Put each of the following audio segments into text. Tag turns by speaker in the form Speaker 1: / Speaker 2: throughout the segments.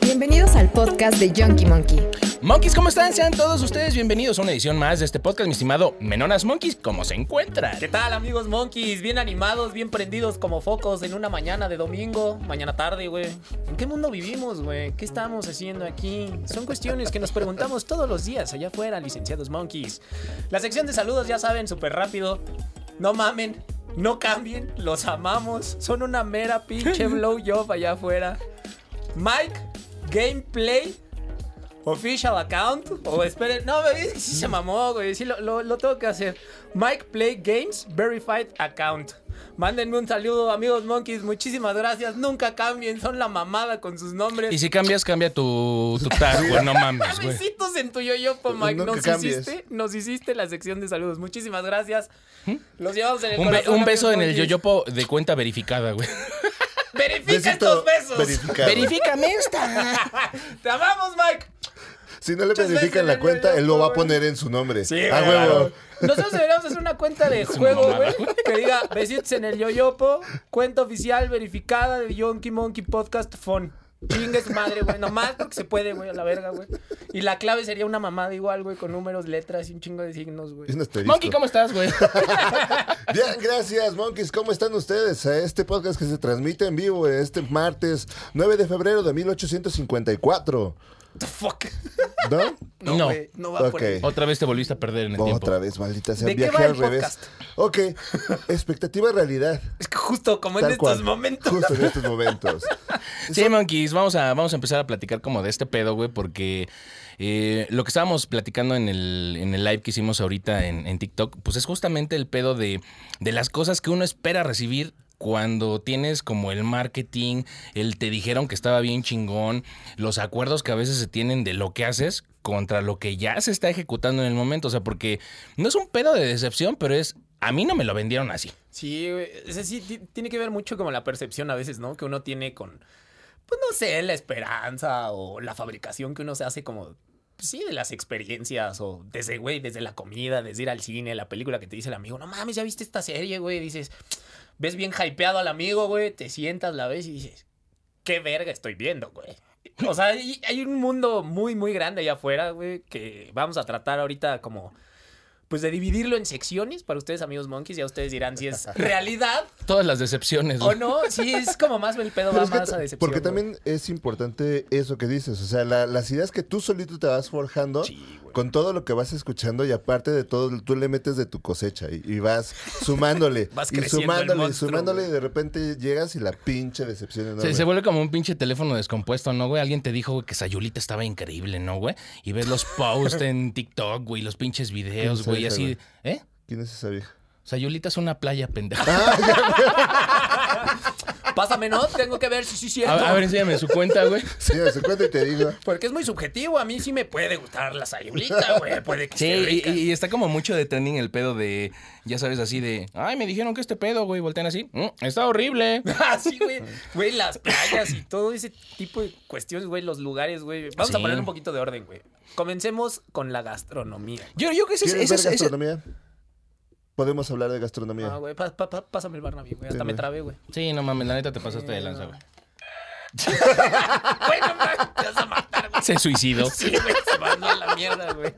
Speaker 1: Bienvenidos al podcast de Junkie Monkey.
Speaker 2: Monkeys, ¿cómo están? Sean todos ustedes bienvenidos a una edición más de este podcast, mi estimado Menonas Monkeys. ¿Cómo se encuentran?
Speaker 3: ¿Qué tal amigos monkeys? Bien animados, bien prendidos como focos en una mañana de domingo, mañana tarde, güey. ¿En qué mundo vivimos, güey? ¿Qué estamos haciendo aquí? Son cuestiones que nos preguntamos todos los días allá afuera, licenciados monkeys. La sección de saludos ya saben, súper rápido. No mamen, no cambien, los amamos. Son una mera pinche blowjob allá afuera. Mike, gameplay. Official account. O esperen. No, me dice que sí se mamó, güey. Sí, lo, lo- lo tengo que hacer. Mike Play Games Verified Account. Mándenme un saludo, amigos monkeys. Muchísimas gracias. Nunca cambien. Son la mamada con sus nombres.
Speaker 2: Y si cambias, cambia tu, tu tag, güey, no mames, güey.
Speaker 3: Cabecitos en tu yoyopo, Mike.
Speaker 4: Nunca
Speaker 3: Nos
Speaker 4: cambies.
Speaker 3: hiciste, nos hiciste la sección de saludos. Muchísimas gracias. Los llevamos en el
Speaker 2: ¿Mm? Un, be-
Speaker 3: corazón,
Speaker 2: un beso en
Speaker 3: amigos
Speaker 2: el
Speaker 3: monkeys.
Speaker 2: yoyopo de cuenta verificada, güey.
Speaker 3: Verifica
Speaker 4: Besito
Speaker 3: estos besos.
Speaker 4: verificado.
Speaker 2: Verifícame esta.
Speaker 3: Te amamos, Mike.
Speaker 4: si no le
Speaker 3: Muchas veces
Speaker 4: verifican la
Speaker 3: me
Speaker 4: cuenta,
Speaker 3: veo
Speaker 4: él lo va a
Speaker 3: güey.
Speaker 4: poner en su nombre.
Speaker 3: Sí,
Speaker 4: ah,
Speaker 3: claro.
Speaker 4: huevo.
Speaker 3: Nosotros deberíamos hacer una cuenta de juego,
Speaker 2: mamada.
Speaker 3: güey. Que diga besitos en el yoyopo, cuenta oficial verificada de Yonky Monkey Podcast Fon. Chingues madre, güey. Nomás porque se puede, güey, a la verga, güey. Y la clave sería una mamada igual, güey, con números, letras y un chingo de signos, güey.
Speaker 4: Es un asterisco.
Speaker 2: Monkey, ¿cómo estás, güey?
Speaker 4: Bien, gracias, monkeys. ¿Cómo están ustedes? A este podcast que se transmite en vivo este martes 9 de febrero de 1854.
Speaker 3: Fuck.
Speaker 4: ¿No?
Speaker 2: No.
Speaker 3: güey, no va por
Speaker 4: Ok.
Speaker 3: ahí.
Speaker 2: Otra vez te volviste a perder en el tiempo.
Speaker 4: Otra vez, maldita sea.
Speaker 3: ¿De qué
Speaker 4: Viajé
Speaker 3: va el
Speaker 4: al revés.
Speaker 3: podcast?
Speaker 4: Ok. Expectativa realidad.
Speaker 3: Es que justo como Pues en
Speaker 4: Tal
Speaker 3: estos
Speaker 4: cual.
Speaker 3: momentos.
Speaker 4: Justo en estos momentos.
Speaker 2: Sí, monkeys, vamos a, vamos a empezar a platicar como de este pedo, güey, porque eh, lo que estábamos platicando en el, en el live que hicimos ahorita en, en TikTok, pues es justamente el pedo de, de las cosas que uno espera recibir cuando tienes como el marketing, el te dijeron que estaba bien chingón, los acuerdos que a veces se tienen de lo que haces contra lo que ya se está ejecutando en el momento, o sea, porque no es un pedo de decepción, pero es, a mí no me lo vendieron así.
Speaker 3: Sí, güey. O sea, sí, ti- tiene que ver mucho como la percepción a veces, ¿no? Que uno tiene con, pues no sé, la esperanza o la fabricación que uno se hace como, pues, sí, de las experiencias o desde, güey, desde la comida, desde ir al cine, la película que te dice el amigo, no mames, ya viste esta serie, güey, dices, ves bien hypeado al amigo, güey, te sientas, la ves y dices, qué verga estoy viendo, güey. O sea, hay, hay un mundo muy, muy grande allá afuera, güey, que vamos a tratar ahorita como... Pues de dividirlo en secciones para ustedes, amigos monkeys, ya ustedes dirán si es realidad
Speaker 2: Todas las decepciones.
Speaker 3: o no, sí, es como más el pedo
Speaker 4: Pero
Speaker 3: va
Speaker 4: es que
Speaker 3: más
Speaker 4: ta-
Speaker 3: a decepción.
Speaker 4: porque
Speaker 3: güey.
Speaker 4: también es importante eso que dices, o sea, la- las ideas que tú solito te vas forjando con todo lo que vas escuchando y aparte de todo, tú le metes de tu cosecha y, y vas sumándole
Speaker 3: Vas
Speaker 4: y
Speaker 3: creciendo el
Speaker 4: sumándole
Speaker 3: monstruo,
Speaker 4: y sumándole
Speaker 3: güey.
Speaker 4: y de repente llegas y la pinche decepción
Speaker 2: Se,
Speaker 4: enorme.
Speaker 2: se vuelve como un pinche teléfono descompuesto, ¿no, güey? Alguien te dijo güey, que Sayulita estaba increíble, ¿no, güey? Y ves los posts en TikTok, güey, los pinches videos,
Speaker 4: ¿Quién es
Speaker 2: güey,
Speaker 4: esa,
Speaker 2: así.
Speaker 4: güey?
Speaker 2: ¿Eh?
Speaker 4: ¿Quién es esa vieja?
Speaker 2: Sayulita es una playa, pendejo.
Speaker 3: Pásame, ¿no? Tengo que ver si sí es
Speaker 2: A,
Speaker 3: cierto.
Speaker 2: a ver, enséñame su cuenta, güey.
Speaker 4: Sí, me doy cuenta y te digo.
Speaker 3: Porque es muy subjetivo. A mí sí me puede gustar la sayulita, güey. Puede que
Speaker 2: Sí,
Speaker 3: esté
Speaker 2: y,
Speaker 3: rica.
Speaker 2: y- y está como mucho de trending el pedo de, ya sabes, así de, ay, me dijeron que este pedo, güey, voltean así, "Mm, está horrible.
Speaker 3: Ah, sí, güey. Güey, las playas y todo ese tipo de cuestiones, güey. Los lugares, güey. Vamos a
Speaker 2: Sí.
Speaker 3: poner un poquito de orden, güey. Comencemos con la gastronomía.
Speaker 2: Yo, yo que ese, es-
Speaker 4: ¿Quieres
Speaker 2: ese
Speaker 4: ver
Speaker 2: es- ese-
Speaker 4: gastronomía? Podemos hablar de gastronomía.
Speaker 3: Ah, güey. pa- pa- pa- pásame el Barnaby, güey. Hasta
Speaker 4: Sí,
Speaker 3: me
Speaker 4: güey.
Speaker 3: trabé, güey.
Speaker 2: Sí, no mames, la neta te pasaste de lanza, güey.
Speaker 3: Bueno, te vas a matar, güey.
Speaker 2: Se suicidó.
Speaker 3: Sí, güey. Se mandó a la mierda, güey.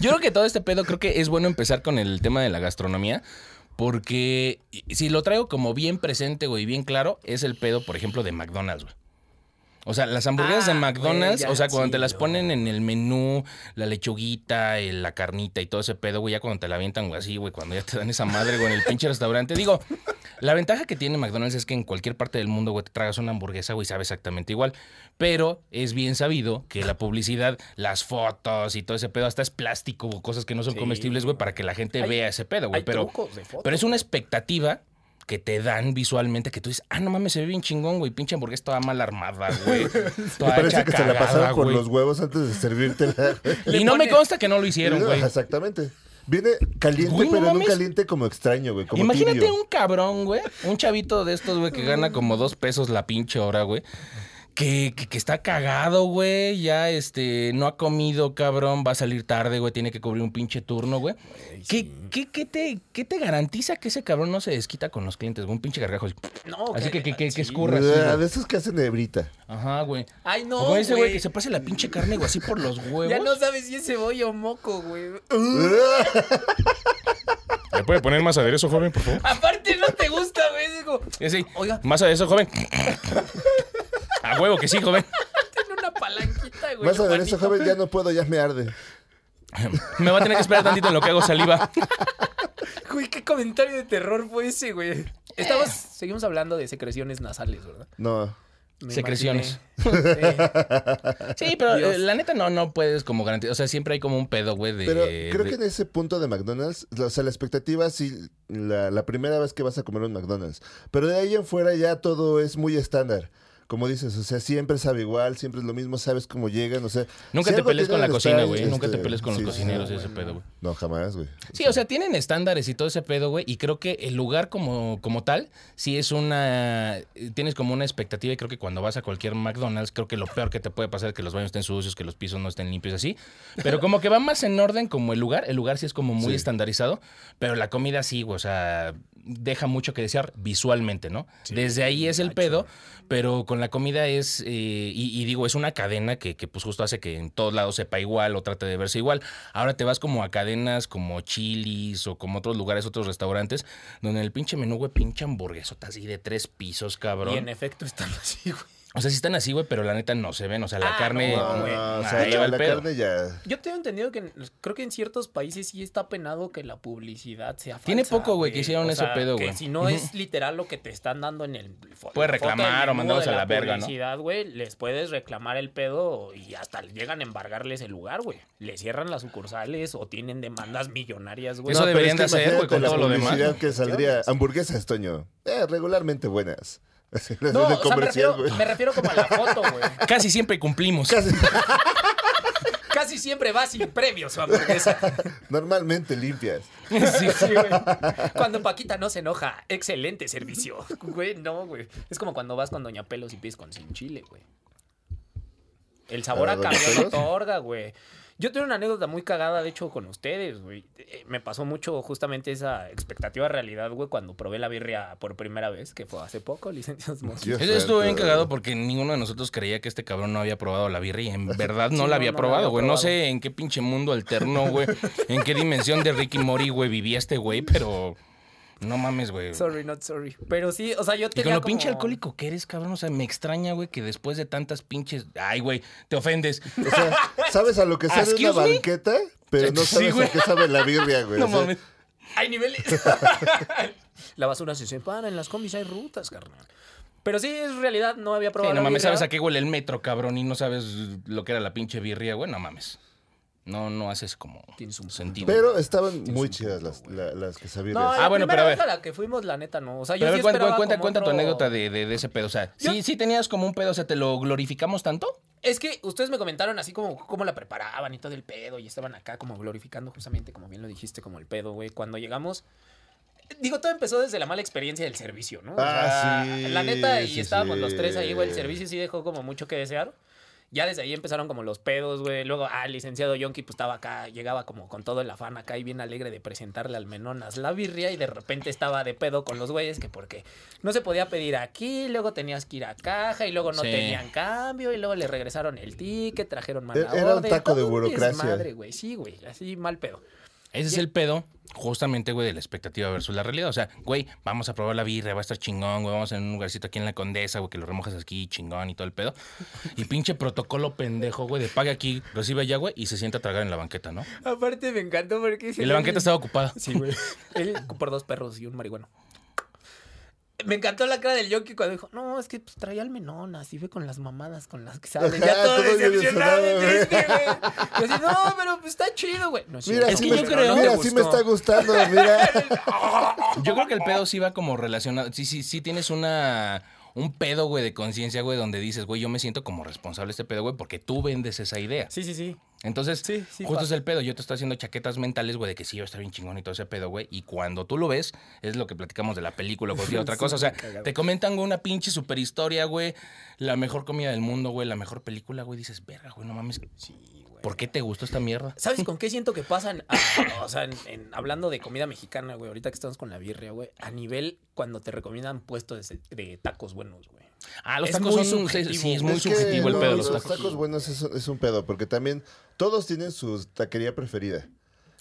Speaker 2: Yo creo que todo este pedo, creo que es bueno empezar con el tema de la gastronomía. Porque si lo traigo como bien presente, güey, bien claro, es el pedo, por ejemplo, de McDonald's, güey. O sea, las hamburguesas
Speaker 3: Ah,
Speaker 2: de McDonald's,
Speaker 3: güey, ya,
Speaker 2: o sea, cuando
Speaker 3: sí,
Speaker 2: te las
Speaker 3: no.
Speaker 2: ponen en el menú, la lechuguita, el- la carnita y todo ese pedo, güey, ya cuando te la avientan, güey, así, güey, cuando ya te dan esa madre, güey, en el pinche restaurante. Digo, la ventaja que tiene McDonald's es que en cualquier parte del mundo, güey, te tragas una hamburguesa, güey, sabe exactamente igual. Pero es bien sabido que la publicidad, las fotos y todo ese pedo, hasta es plástico, güey, cosas que no son
Speaker 3: Sí.
Speaker 2: comestibles, güey, para que la gente
Speaker 3: Hay-
Speaker 2: vea ese pedo, güey.
Speaker 3: Hay
Speaker 2: Pero,
Speaker 3: trucos de foto.
Speaker 2: pero es una expectativa que te dan visualmente que tú dices, ah, no mames, se ve bien chingón, güey. Pinche hamburguesa toda mal armada, güey.
Speaker 4: Me
Speaker 2: Toda
Speaker 4: parece
Speaker 2: hecha
Speaker 4: que se la
Speaker 2: cagada,
Speaker 4: pasaron por
Speaker 2: güey.
Speaker 4: los huevos antes de servírtela.
Speaker 2: Y no me
Speaker 3: pone-
Speaker 2: consta que no lo hicieron,
Speaker 4: No,
Speaker 2: güey.
Speaker 4: Exactamente. Viene caliente,
Speaker 2: Güey, no
Speaker 4: pero no
Speaker 2: mames.
Speaker 4: caliente como extraño, güey. Como
Speaker 2: Imagínate
Speaker 4: tibio.
Speaker 2: un cabrón, güey. Un chavito de estos, güey, que gana como dos pesos la pinche hora, güey. que, que- que está cagado, güey. Ya, este, no ha comido, cabrón. Va a salir tarde, güey. Tiene que cubrir un pinche turno, güey. ¿Qué, qué- qué te, qué te garantiza que ese cabrón no se desquita con los clientes? güey? Un pinche gargajo. así.
Speaker 3: No,
Speaker 2: Así que, que, que, que
Speaker 3: sí.
Speaker 2: escurra. así,
Speaker 4: Ah,
Speaker 2: güey.
Speaker 4: De esos que hacen hebrita.
Speaker 2: Ajá, güey.
Speaker 3: Ay, Ah, no,
Speaker 2: O ese güey
Speaker 3: güey.
Speaker 2: que se pase la pinche carne, güey, así por los huevos.
Speaker 3: Ya no sabes si es cebolla o moco, güey.
Speaker 2: Uh, ¿Le puede poner más aderezo, joven, por favor?
Speaker 3: Aparte no te gusta, güey. Es como, Oiga.
Speaker 2: más aderezo, joven. A huevo que sí, joven.
Speaker 3: tiene una palanquita, güey.
Speaker 4: Más
Speaker 3: Juanito.
Speaker 4: aderezo, joven, ya no puedo, ya me arde.
Speaker 2: Me va a tener que esperar tantito en lo que hago saliva.
Speaker 3: Güey, qué comentario de terror fue ese, güey. Estamos,
Speaker 2: Eh.
Speaker 3: seguimos hablando de secreciones nasales, ¿verdad?
Speaker 4: No.
Speaker 3: Me
Speaker 2: Secreciones.
Speaker 3: imaginé. Eh, Sí.
Speaker 2: Sí, pero
Speaker 3: Dios.
Speaker 2: eh, la neta no, no puedes como garantizar. O sea, siempre hay como un pedo, güey, de.
Speaker 4: Pero creo
Speaker 2: Eh, de-
Speaker 4: que en ese punto de McDonald's, o sea, la expectativa sí, la, la primera vez que vas a comer un McDonald's. Pero de ahí en fuera ya todo es muy estándar. Como dices, o sea, siempre sabe igual, siempre es lo mismo, sabes cómo llegan, o sea...
Speaker 2: Nunca
Speaker 4: si
Speaker 2: te
Speaker 4: algo
Speaker 2: pelees con
Speaker 4: tienen
Speaker 2: la
Speaker 4: el
Speaker 2: cocina,
Speaker 4: style,
Speaker 2: güey. Nunca te
Speaker 4: este,
Speaker 2: pelees con los
Speaker 4: sí, sí,
Speaker 2: cocineros
Speaker 4: sí.
Speaker 2: ese pedo, güey.
Speaker 4: No, jamás, güey.
Speaker 2: Sí, o sea, tienen estándares y todo ese pedo, güey. Y creo que el lugar como, como tal, sí es una. eh, Tienes como una expectativa. Y creo que cuando vas a cualquier McDonald's, creo que lo peor que te puede pasar es que los baños estén sucios, que los pisos no estén limpios, así. Pero como que va más en orden como el lugar. El lugar sí es como muy
Speaker 4: Sí.
Speaker 2: estandarizado. Pero la comida sí, güey. O sea, deja mucho que desear visualmente, ¿no? Desde ahí es el pedo. Pero con la comida es. eh, y, y digo, es una cadena que, que, pues justo hace que en todos lados sepa igual o trate de verse igual. Ahora te vas como a cadenas como Chili's o como otros lugares, otros restaurantes, donde en el pinche menú, güey, pinche hamburguesota así de tres pisos, cabrón.
Speaker 3: Y en efecto están así, güey.
Speaker 2: O sea, sí están así, güey, pero la neta no se ven. O sea, la
Speaker 3: Ah,
Speaker 2: carne.
Speaker 3: no,
Speaker 4: No,
Speaker 3: güey.
Speaker 4: no, o
Speaker 2: Eh, ahí
Speaker 4: sea,
Speaker 2: va
Speaker 4: la,
Speaker 2: el
Speaker 4: la
Speaker 2: pedo.
Speaker 4: carne ya...
Speaker 3: Yo tengo entendido que en- creo que en ciertos países sí está penado que la publicidad sea falsa.
Speaker 2: Tiene poco, güey, que hicieron
Speaker 3: O
Speaker 2: ese
Speaker 3: sea,
Speaker 2: pedo,
Speaker 3: que
Speaker 2: güey.
Speaker 3: si no es literal lo que te están dando en el fo-
Speaker 2: Puedes
Speaker 3: la foto del
Speaker 2: reclamar o
Speaker 3: menú
Speaker 2: mandarlos
Speaker 3: de
Speaker 2: a la verga, ¿no?
Speaker 3: publicidad, güey, les puedes reclamar el pedo y hasta llegan a embargarles el lugar, güey. Le cierran las sucursales o tienen demandas millonarias, güey.
Speaker 2: Eso
Speaker 4: No, pero
Speaker 2: deberían
Speaker 4: es que
Speaker 2: de hacer, güey,
Speaker 4: imagínate
Speaker 2: con
Speaker 4: la
Speaker 2: todo lo demás.
Speaker 4: publicidad que saldría... Hamburguesas, Toño. Eh, regularmente buenas. Así, las
Speaker 3: No,
Speaker 4: de
Speaker 3: o sea, me
Speaker 4: comercial,
Speaker 3: refiero,
Speaker 4: güey.
Speaker 3: me refiero como a la foto, güey.
Speaker 2: Casi siempre cumplimos.
Speaker 3: Casi siempre va sin premios su hamburguesa.
Speaker 4: Normalmente limpias.
Speaker 3: Sí, sí, güey. Cuando Paquita no se enoja, excelente servicio. Güey, no, güey. Es como cuando vas con Doña Pelos y pides con sin chile, güey. El sabor
Speaker 4: ¿A
Speaker 3: a
Speaker 4: Doña
Speaker 3: cambio de
Speaker 4: Pelos?
Speaker 3: torga, güey. Yo tengo una anécdota muy cagada, de hecho, con ustedes, güey. Eh, Me pasó mucho justamente esa expectativa de realidad, güey, cuando probé la birria por primera vez, que fue hace poco, licenciados Montes.
Speaker 4: Dios
Speaker 2: Eso estuvo bien
Speaker 4: santo.
Speaker 2: cagado porque ninguno de nosotros creía que este cabrón no había probado la birria y en verdad no
Speaker 3: Sí, no,
Speaker 2: la había
Speaker 3: no la
Speaker 2: probado,
Speaker 3: había
Speaker 2: güey. No
Speaker 3: probado.
Speaker 2: sé en qué pinche mundo alterno, güey. en qué dimensión de Ricky Mori, güey, vivía este güey, pero no mames, güey.
Speaker 3: Sorry, not sorry. Pero sí, o sea, yo
Speaker 2: Y
Speaker 3: tenía
Speaker 2: con lo
Speaker 3: como-
Speaker 2: pinche alcohólico que eres, cabrón, o sea, me extraña, güey, que después de tantas pinches... Ay, güey, te ofendes.
Speaker 4: O sea, ¿sabes a lo que sabe
Speaker 2: Excuse
Speaker 4: una
Speaker 2: me?
Speaker 4: banqueta? Pero no
Speaker 2: Sí,
Speaker 4: sabes
Speaker 2: güey.
Speaker 4: a qué sabe la birria, güey.
Speaker 2: No
Speaker 4: O sea,
Speaker 2: mames.
Speaker 3: Hay niveles. la basura se separa, en las combis hay rutas, carnal. Pero sí, es realidad, no había
Speaker 2: Sí,
Speaker 3: probado.
Speaker 2: no
Speaker 3: la
Speaker 2: mames,
Speaker 3: birria.
Speaker 2: sabes a qué huele el metro, cabrón, y no sabes lo que era la pinche birria, güey, no mames. No, no haces como
Speaker 3: Tienes un
Speaker 2: sentido.
Speaker 4: Pero estaban muy chidas las, la- las quesabirrias.
Speaker 3: No,
Speaker 2: Ah,
Speaker 3: ah,
Speaker 2: bueno,
Speaker 3: bueno,
Speaker 2: pero a
Speaker 3: pero
Speaker 2: ver.
Speaker 3: la que fuimos, la neta, no. O sea, yo
Speaker 2: Pero a
Speaker 3: sí
Speaker 2: ver, cuenta,
Speaker 3: esperaba
Speaker 2: cuenta,
Speaker 3: como
Speaker 2: cuenta tu
Speaker 3: otro-
Speaker 2: anécdota de, de- de ese pedo. O sea,
Speaker 3: Yo-
Speaker 2: sí, sí tenías como un pedo, o sea, ¿te lo glorificamos tanto?
Speaker 3: Es que ustedes me comentaron así como cómo la preparaban y todo el pedo, y estaban acá como glorificando justamente, como bien lo dijiste, como el pedo, güey. Cuando llegamos. Digo, todo empezó desde la mala experiencia del servicio, ¿no? O
Speaker 4: Ah,
Speaker 3: sea,
Speaker 4: sí,
Speaker 3: La neta, y
Speaker 4: sí,
Speaker 3: estábamos
Speaker 4: sí.
Speaker 3: los tres ahí, güey. El servicio sí dejó como mucho que desear. Ya desde ahí empezaron como los pedos, güey. Luego, ah, el licenciado Yonki, pues estaba acá, llegaba como con todo el afán acá y bien alegre de presentarle al Menonas la birria y de repente estaba de pedo con los güeyes que porque no se podía pedir aquí, luego tenías que ir a caja y luego no
Speaker 2: Sí.
Speaker 3: tenían cambio y luego le regresaron el ticket, trajeron mala
Speaker 4: E-, Era- era un
Speaker 3: orden,
Speaker 4: taco de
Speaker 3: todo un
Speaker 4: burocracia.
Speaker 3: desmadre, güey. Sí, güey, así mal pedo.
Speaker 2: Ese es
Speaker 3: Ya.
Speaker 2: el pedo, justamente, güey, de la expectativa versus la realidad. O sea, güey, vamos a probar la birria, va a estar chingón, güey, vamos a un lugarcito aquí en la Condesa, güey, que lo remojas aquí, chingón y todo el pedo. Y pinche protocolo pendejo, güey, de pague aquí, recibe allá, güey, y se sienta a tragar en la banqueta, ¿no?
Speaker 3: Aparte me encantó porque...
Speaker 2: Y la banqueta estaba ocupada.
Speaker 3: Sí, güey. Él por dos perros y un marihuano. Me encantó la cara del Yoki cuando dijo, no, es que pues, traía al menón, así fue con las mamadas con las que sale. Ya
Speaker 4: Ajá,
Speaker 3: todo
Speaker 4: todo
Speaker 3: decepcionado y
Speaker 4: decepcionado,
Speaker 3: triste, güey. Yo así, no, pero pues está chido, güey. No, es
Speaker 4: Mira,
Speaker 3: cierto,
Speaker 4: sí
Speaker 2: que
Speaker 4: me,
Speaker 2: yo
Speaker 3: güey,
Speaker 2: creo-
Speaker 3: te
Speaker 4: mira, sí me
Speaker 3: gustó.
Speaker 4: está gustando, mira.
Speaker 2: Yo creo que el pedo sí va como relacionado. Sí, sí, sí tienes una. un pedo, güey, de conciencia, güey, donde dices, güey, yo me siento como responsable de este pedo, güey, porque tú vendes esa idea.
Speaker 3: Sí, sí, sí.
Speaker 2: Entonces,
Speaker 3: Sí, sí
Speaker 2: justo
Speaker 3: pasa.
Speaker 2: es el pedo. Yo te estoy haciendo chaquetas mentales, güey, de que sí, yo estoy bien chingón y todo ese pedo, güey. Y cuando tú lo ves, es lo que platicamos de la película o cualquier otra cosa. O sea, te comentan, güey, una pinche superhistoria, güey. La mejor comida del mundo, güey. La mejor película, güey. Dices, verga, güey, no mames. ¿Por qué te gustó esta mierda?
Speaker 3: ¿Sabes con qué siento que pasan? Ah, o sea, en- en- hablando de comida mexicana, güey, ahorita que estamos con la birria, güey, a nivel cuando te recomiendan puestos de, de tacos buenos, güey.
Speaker 2: Ah, los
Speaker 3: Es
Speaker 2: tacos
Speaker 3: muy
Speaker 2: son un-
Speaker 3: subjetivo.
Speaker 2: Sí, es muy
Speaker 3: Es que
Speaker 2: subjetivo el
Speaker 4: no,
Speaker 2: pedo de los
Speaker 4: los
Speaker 2: tacos.
Speaker 4: tacos buenos es, es un pedo, porque también todos tienen su taquería preferida.